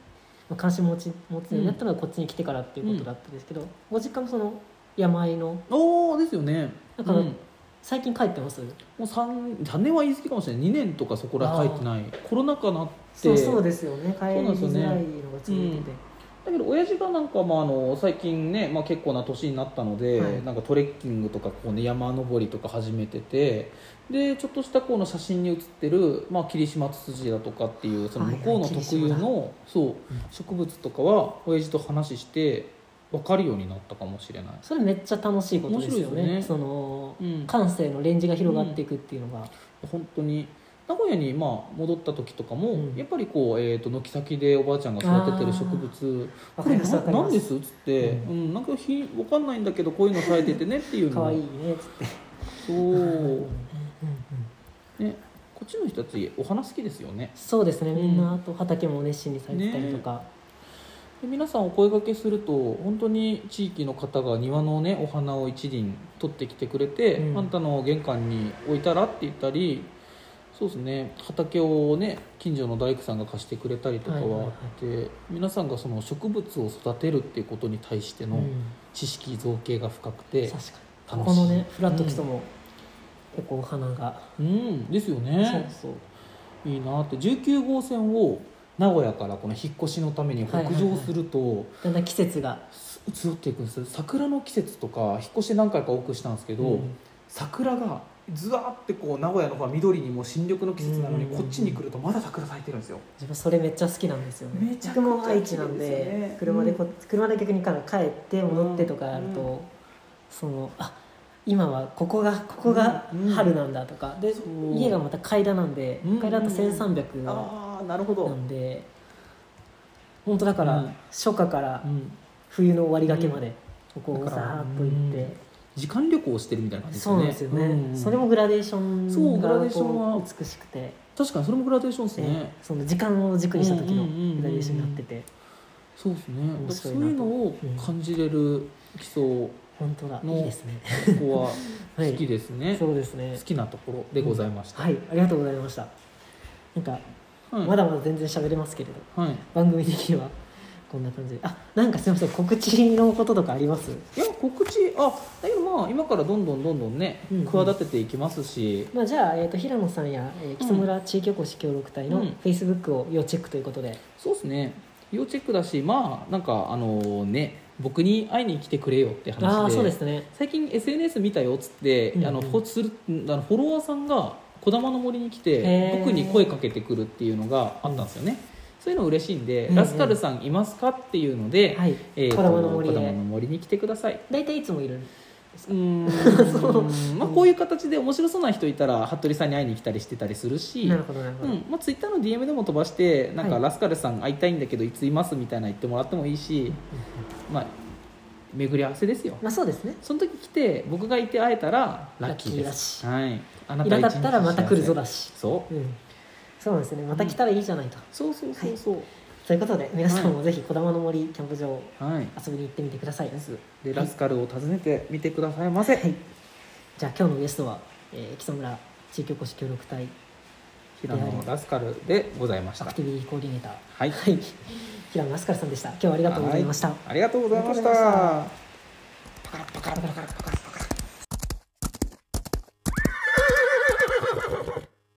[SPEAKER 1] 関心持ち持つようになったのがこっちに来てからっていうことだったんですけど、ご実家もその山あいの
[SPEAKER 2] おおですよね
[SPEAKER 1] だから
[SPEAKER 2] うん
[SPEAKER 1] 最近帰ってます
[SPEAKER 2] もう 3, 3年は言い過ぎかもしれない2年とかそこら書いてないコロナ禍なって
[SPEAKER 1] そうそうですよね帰り
[SPEAKER 2] そうなんですよね
[SPEAKER 1] づらいのが続いてて、
[SPEAKER 2] だけど親父がなんか、まあ、あの最近ね、まあ、結構な年になったので、
[SPEAKER 1] はい
[SPEAKER 2] なんかトレッキングとかこう、ね、山登りとか始めててでちょっとしたこの写真に写ってる、まあ、霧島ツツジだとかっていうその向こうの
[SPEAKER 1] はいはい
[SPEAKER 2] 特有
[SPEAKER 1] 霧
[SPEAKER 2] のそう
[SPEAKER 1] うん
[SPEAKER 2] 植物とかは親父と話して分かるようになったかもしれない。
[SPEAKER 1] それめっちゃ楽しいことですよね
[SPEAKER 2] 面白いですよね
[SPEAKER 1] その
[SPEAKER 2] うん
[SPEAKER 1] 感性のレンジが広がっていくっていうのが、
[SPEAKER 2] 本当に名古屋にまあ戻った時とかも、
[SPEAKER 1] うん
[SPEAKER 2] やっぱりこう、えー、と軒先でおばあちゃんが育ててる植物
[SPEAKER 1] わ
[SPEAKER 2] こ
[SPEAKER 1] か
[SPEAKER 2] れ
[SPEAKER 1] ります
[SPEAKER 2] な
[SPEAKER 1] わかり
[SPEAKER 2] なん
[SPEAKER 1] ま
[SPEAKER 2] ですすっつって、
[SPEAKER 1] う
[SPEAKER 2] うんなんかひわかんないんだけどこういうの咲いててねっていうの
[SPEAKER 1] 可
[SPEAKER 2] を
[SPEAKER 1] 愛いねっつってうん
[SPEAKER 2] そ
[SPEAKER 1] うん
[SPEAKER 2] う、ね、こっちの人たちお花好きですよね
[SPEAKER 1] そうですねみん
[SPEAKER 2] うん
[SPEAKER 1] なあと畑も熱心にされてたりとか、
[SPEAKER 2] で皆さんお声掛けすると本当に地域の方が庭のねお花を一輪取ってきてくれて、
[SPEAKER 1] うん
[SPEAKER 2] あんたの玄関に置いたらって言ったりそうですね畑をね近所の大工さんが貸してくれたりとか
[SPEAKER 1] はいはい
[SPEAKER 2] は
[SPEAKER 1] は
[SPEAKER 2] あって、皆さんがその植物を育てるっていうことに対して
[SPEAKER 1] う
[SPEAKER 2] の
[SPEAKER 1] ん
[SPEAKER 2] 知識造形が深くて
[SPEAKER 1] 確かに
[SPEAKER 2] 楽しい
[SPEAKER 1] ここのねフラット基礎も結構お花が、
[SPEAKER 2] うんですよ
[SPEAKER 1] そう
[SPEAKER 2] ね
[SPEAKER 1] そう
[SPEAKER 2] いいなって19号線を名古屋からこの引っ越しのために北上すると、
[SPEAKER 1] だんだん季節が
[SPEAKER 2] 移っていくんです桜の季節とか引っ越して何回か多くしたんですけど、
[SPEAKER 1] うん
[SPEAKER 2] 桜がずわーってこう名古屋の方は緑にも新緑の季節なのに、
[SPEAKER 1] うん
[SPEAKER 2] こっちに来るとまだ桜咲いてるんですよ
[SPEAKER 1] 自分それめっちゃ好きなんですよね
[SPEAKER 2] めちゃくちゃ
[SPEAKER 1] 僕も愛知なんで
[SPEAKER 2] 好きですよね
[SPEAKER 1] 車でこ車で逆にから帰って戻ってとかやると、
[SPEAKER 2] うん
[SPEAKER 1] そのあ今はここがここが
[SPEAKER 2] うん
[SPEAKER 1] 春なんだとか、で
[SPEAKER 2] そう
[SPEAKER 1] 家がまた階段なんで、
[SPEAKER 2] うん
[SPEAKER 1] 階段だと1300な
[SPEAKER 2] ああなるほど、
[SPEAKER 1] んで本当だから、
[SPEAKER 2] うん
[SPEAKER 1] 初夏から
[SPEAKER 2] うん
[SPEAKER 1] 冬の終わりがけまで、ここを
[SPEAKER 2] だから
[SPEAKER 1] さーっと行って、
[SPEAKER 2] 時間旅行をしてるみたいな感じです
[SPEAKER 1] そ
[SPEAKER 2] よ
[SPEAKER 1] う
[SPEAKER 2] ね
[SPEAKER 1] なんですよね、
[SPEAKER 2] うん
[SPEAKER 1] それもグラデーショ
[SPEAKER 2] そう
[SPEAKER 1] ン
[SPEAKER 2] グ
[SPEAKER 1] が
[SPEAKER 2] ラデーションは
[SPEAKER 1] こう美しくて、
[SPEAKER 2] 確かにそれもグラデーションですね、
[SPEAKER 1] ねその時間を軸にした時の
[SPEAKER 2] うんうんうんうん
[SPEAKER 1] グラデーションになってて、
[SPEAKER 2] そうですねだから
[SPEAKER 1] 面
[SPEAKER 2] そ
[SPEAKER 1] 白
[SPEAKER 2] う
[SPEAKER 1] い
[SPEAKER 2] い
[SPEAKER 1] なと
[SPEAKER 2] うのを感じれる基礎こ
[SPEAKER 1] 本当だ
[SPEAKER 2] の
[SPEAKER 1] いいですね
[SPEAKER 2] こ
[SPEAKER 1] (laughs)
[SPEAKER 2] は
[SPEAKER 1] はい
[SPEAKER 2] 好きですね、
[SPEAKER 1] そうですね
[SPEAKER 2] 好きなところでございました、
[SPEAKER 1] はいありがとうございましたなんか、
[SPEAKER 2] はい
[SPEAKER 1] まだまだ全然喋れますけれど
[SPEAKER 2] はい
[SPEAKER 1] 番組的にはこんな感じであなんかすいません告知のこととかあります
[SPEAKER 2] いや告知あだけどまあ今からどんどんどんどんね、
[SPEAKER 1] うんうん
[SPEAKER 2] 企てていきますし
[SPEAKER 1] まあ、じゃあ、えー、と平野さんや、えー、木曽村地域おこし協力隊
[SPEAKER 2] う
[SPEAKER 1] の
[SPEAKER 2] ん
[SPEAKER 1] フェイスブックを要チェックということで、
[SPEAKER 2] そうですね要チェックだしまあなんかあのね僕に会いに来てくれよって話で
[SPEAKER 1] ああそうですね
[SPEAKER 2] 最近 SNS 見たよっつって、
[SPEAKER 1] うんうん
[SPEAKER 2] あのフォするあのフォロワーさんが「こだまの森」に来
[SPEAKER 1] へ
[SPEAKER 2] て
[SPEAKER 1] ー
[SPEAKER 2] 僕に声かけてくるっていうのがあったんですよね、そういうの嬉しいんで、
[SPEAKER 1] うんうん
[SPEAKER 2] ラスカルさんいますかっていうので、
[SPEAKER 1] はい
[SPEAKER 2] えーと
[SPEAKER 1] こだまの森へ
[SPEAKER 2] こだまの森に来てください
[SPEAKER 1] 大体いつもいる (laughs)
[SPEAKER 2] うーんまあこういう形で面白そうな人いたら服部さんに会いに来たりしてたりするし
[SPEAKER 1] なるほどなるほ
[SPEAKER 2] う
[SPEAKER 1] ど、
[SPEAKER 2] んまあ、ツイッターの DM でも飛ばしてなん
[SPEAKER 1] は
[SPEAKER 2] か
[SPEAKER 1] い
[SPEAKER 2] ラスカルさん会いたいんだけどいついますみたいな言ってもらってもいいし、まあ、巡り合わせですよ
[SPEAKER 1] まあそうですね
[SPEAKER 2] その時来て僕がいて会えたらラッキー
[SPEAKER 1] ラッキーだ
[SPEAKER 2] です
[SPEAKER 1] し
[SPEAKER 2] はい、あ
[SPEAKER 1] いなかっ
[SPEAKER 2] 一日
[SPEAKER 1] たらまた来るぞ
[SPEAKER 2] 幸
[SPEAKER 1] だし
[SPEAKER 2] せそう
[SPEAKER 1] うんそうなんですねまた来たらいいじゃないと、
[SPEAKER 2] そうそうそうそう
[SPEAKER 1] ということで皆さんもぜひこだまの森キャンプ場
[SPEAKER 2] はい、
[SPEAKER 1] 遊びに行ってみてください、
[SPEAKER 2] ですでラスカルを訪ねてみてくださいませ、
[SPEAKER 1] はい、じゃあ今日のゲストは、えー、木曽村地域おこし協力隊
[SPEAKER 2] 平野ラスカルでございまし
[SPEAKER 1] ア
[SPEAKER 2] た
[SPEAKER 1] クティビティコーディネーター、
[SPEAKER 2] はい
[SPEAKER 1] はい、平野明日香さんでした今日はありがとうございました、
[SPEAKER 2] はいありがとうございました
[SPEAKER 1] ありがとうござい
[SPEAKER 2] パカラッパカラッパカラッパカラッ